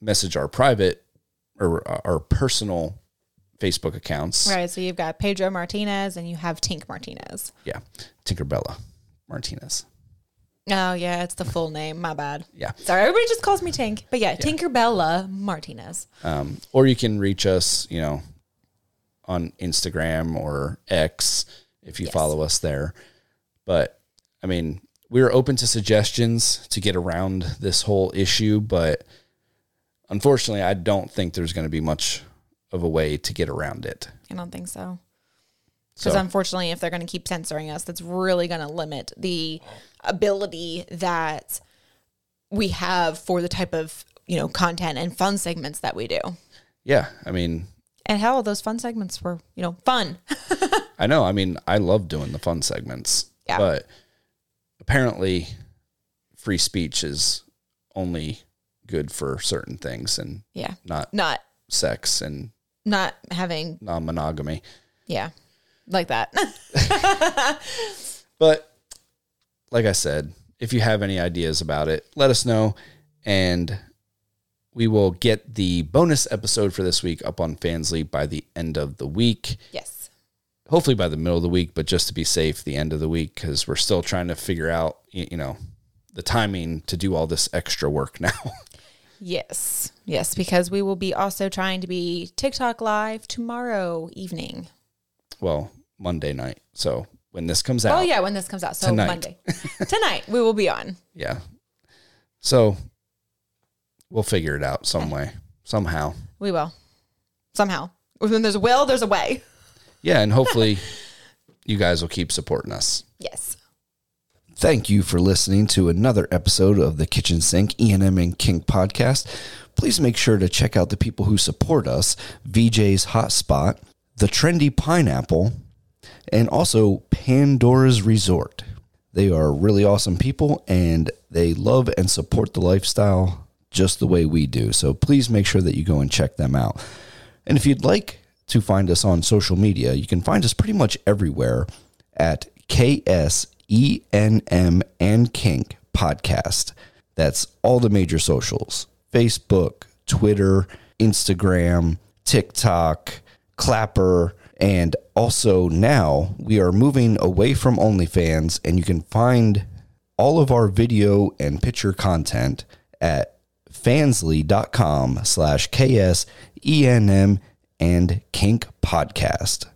B: message our private or our personal facebook accounts
A: right, so you've got Pedro Martinez and you have Tink Martinez.
B: yeah tinkerbella martinez
A: Oh yeah, it's the full name. My bad.
B: Yeah.
A: Sorry, everybody just calls me Tink. But yeah, Tinkerbella Martinez.
B: Um, or you can reach us, you know, on Instagram or X if you follow us there. But I mean, we are open to suggestions to get around this whole issue, but unfortunately, I don't think there's going to be much of a way to get around it.
A: I don't think so.
B: So
A: Because unfortunately, if they're going to keep censoring us, that's really going to limit the ability that we have for the type of you know content and fun segments that we do.
B: yeah, I mean,
A: And hell, those fun segments were you know fun.
B: I know. I mean, I love doing the fun segments,
A: Yeah.
B: but apparently, free speech is only good for certain things and
A: Yeah,
B: not
A: not
B: sex and
A: not having
B: non-monogamy.
A: yeah like that.
B: But like I said, if you have any ideas about it, let us know and we will get the bonus episode for this week up on Fansly by the end of the week.
A: yes.
B: Hopefully by the middle of the week, but just to be safe, the end of the week cuz we're still trying to figure out, y- you know, the timing to do all this extra work now.
A: Yes. Yes, because we will be also trying to be TikTok live tomorrow evening.
B: well, Monday night. So when this comes out,
A: Oh yeah, when this comes out. So
B: Tonight.
A: Monday. Tonight we will be on.
B: yeah. So we'll figure it out some way, somehow.
A: We will. Somehow. When there's a will, there's a way.
B: Yeah, and hopefully you guys will keep supporting us.
A: Yes.
C: Thank you for listening to another episode of the Kitchen Sink ENM and Kink podcast. Please make sure to check out the people who support us VJ's Hotspot, The Trendy Pineapple, and also Pandora's Resort. They are really awesome people and they love and support the lifestyle just the way we do. So please make sure that you go and check them out. And if you'd like to find us on social media, you can find us pretty much everywhere at KSENM and Kink Podcast. That's all the major socials Facebook, Twitter, Instagram, TikTok, Clapper. And also now we are moving away from OnlyFans, and you can find all of our video and picture content at E fansly.com slash KSENM and kink podcast.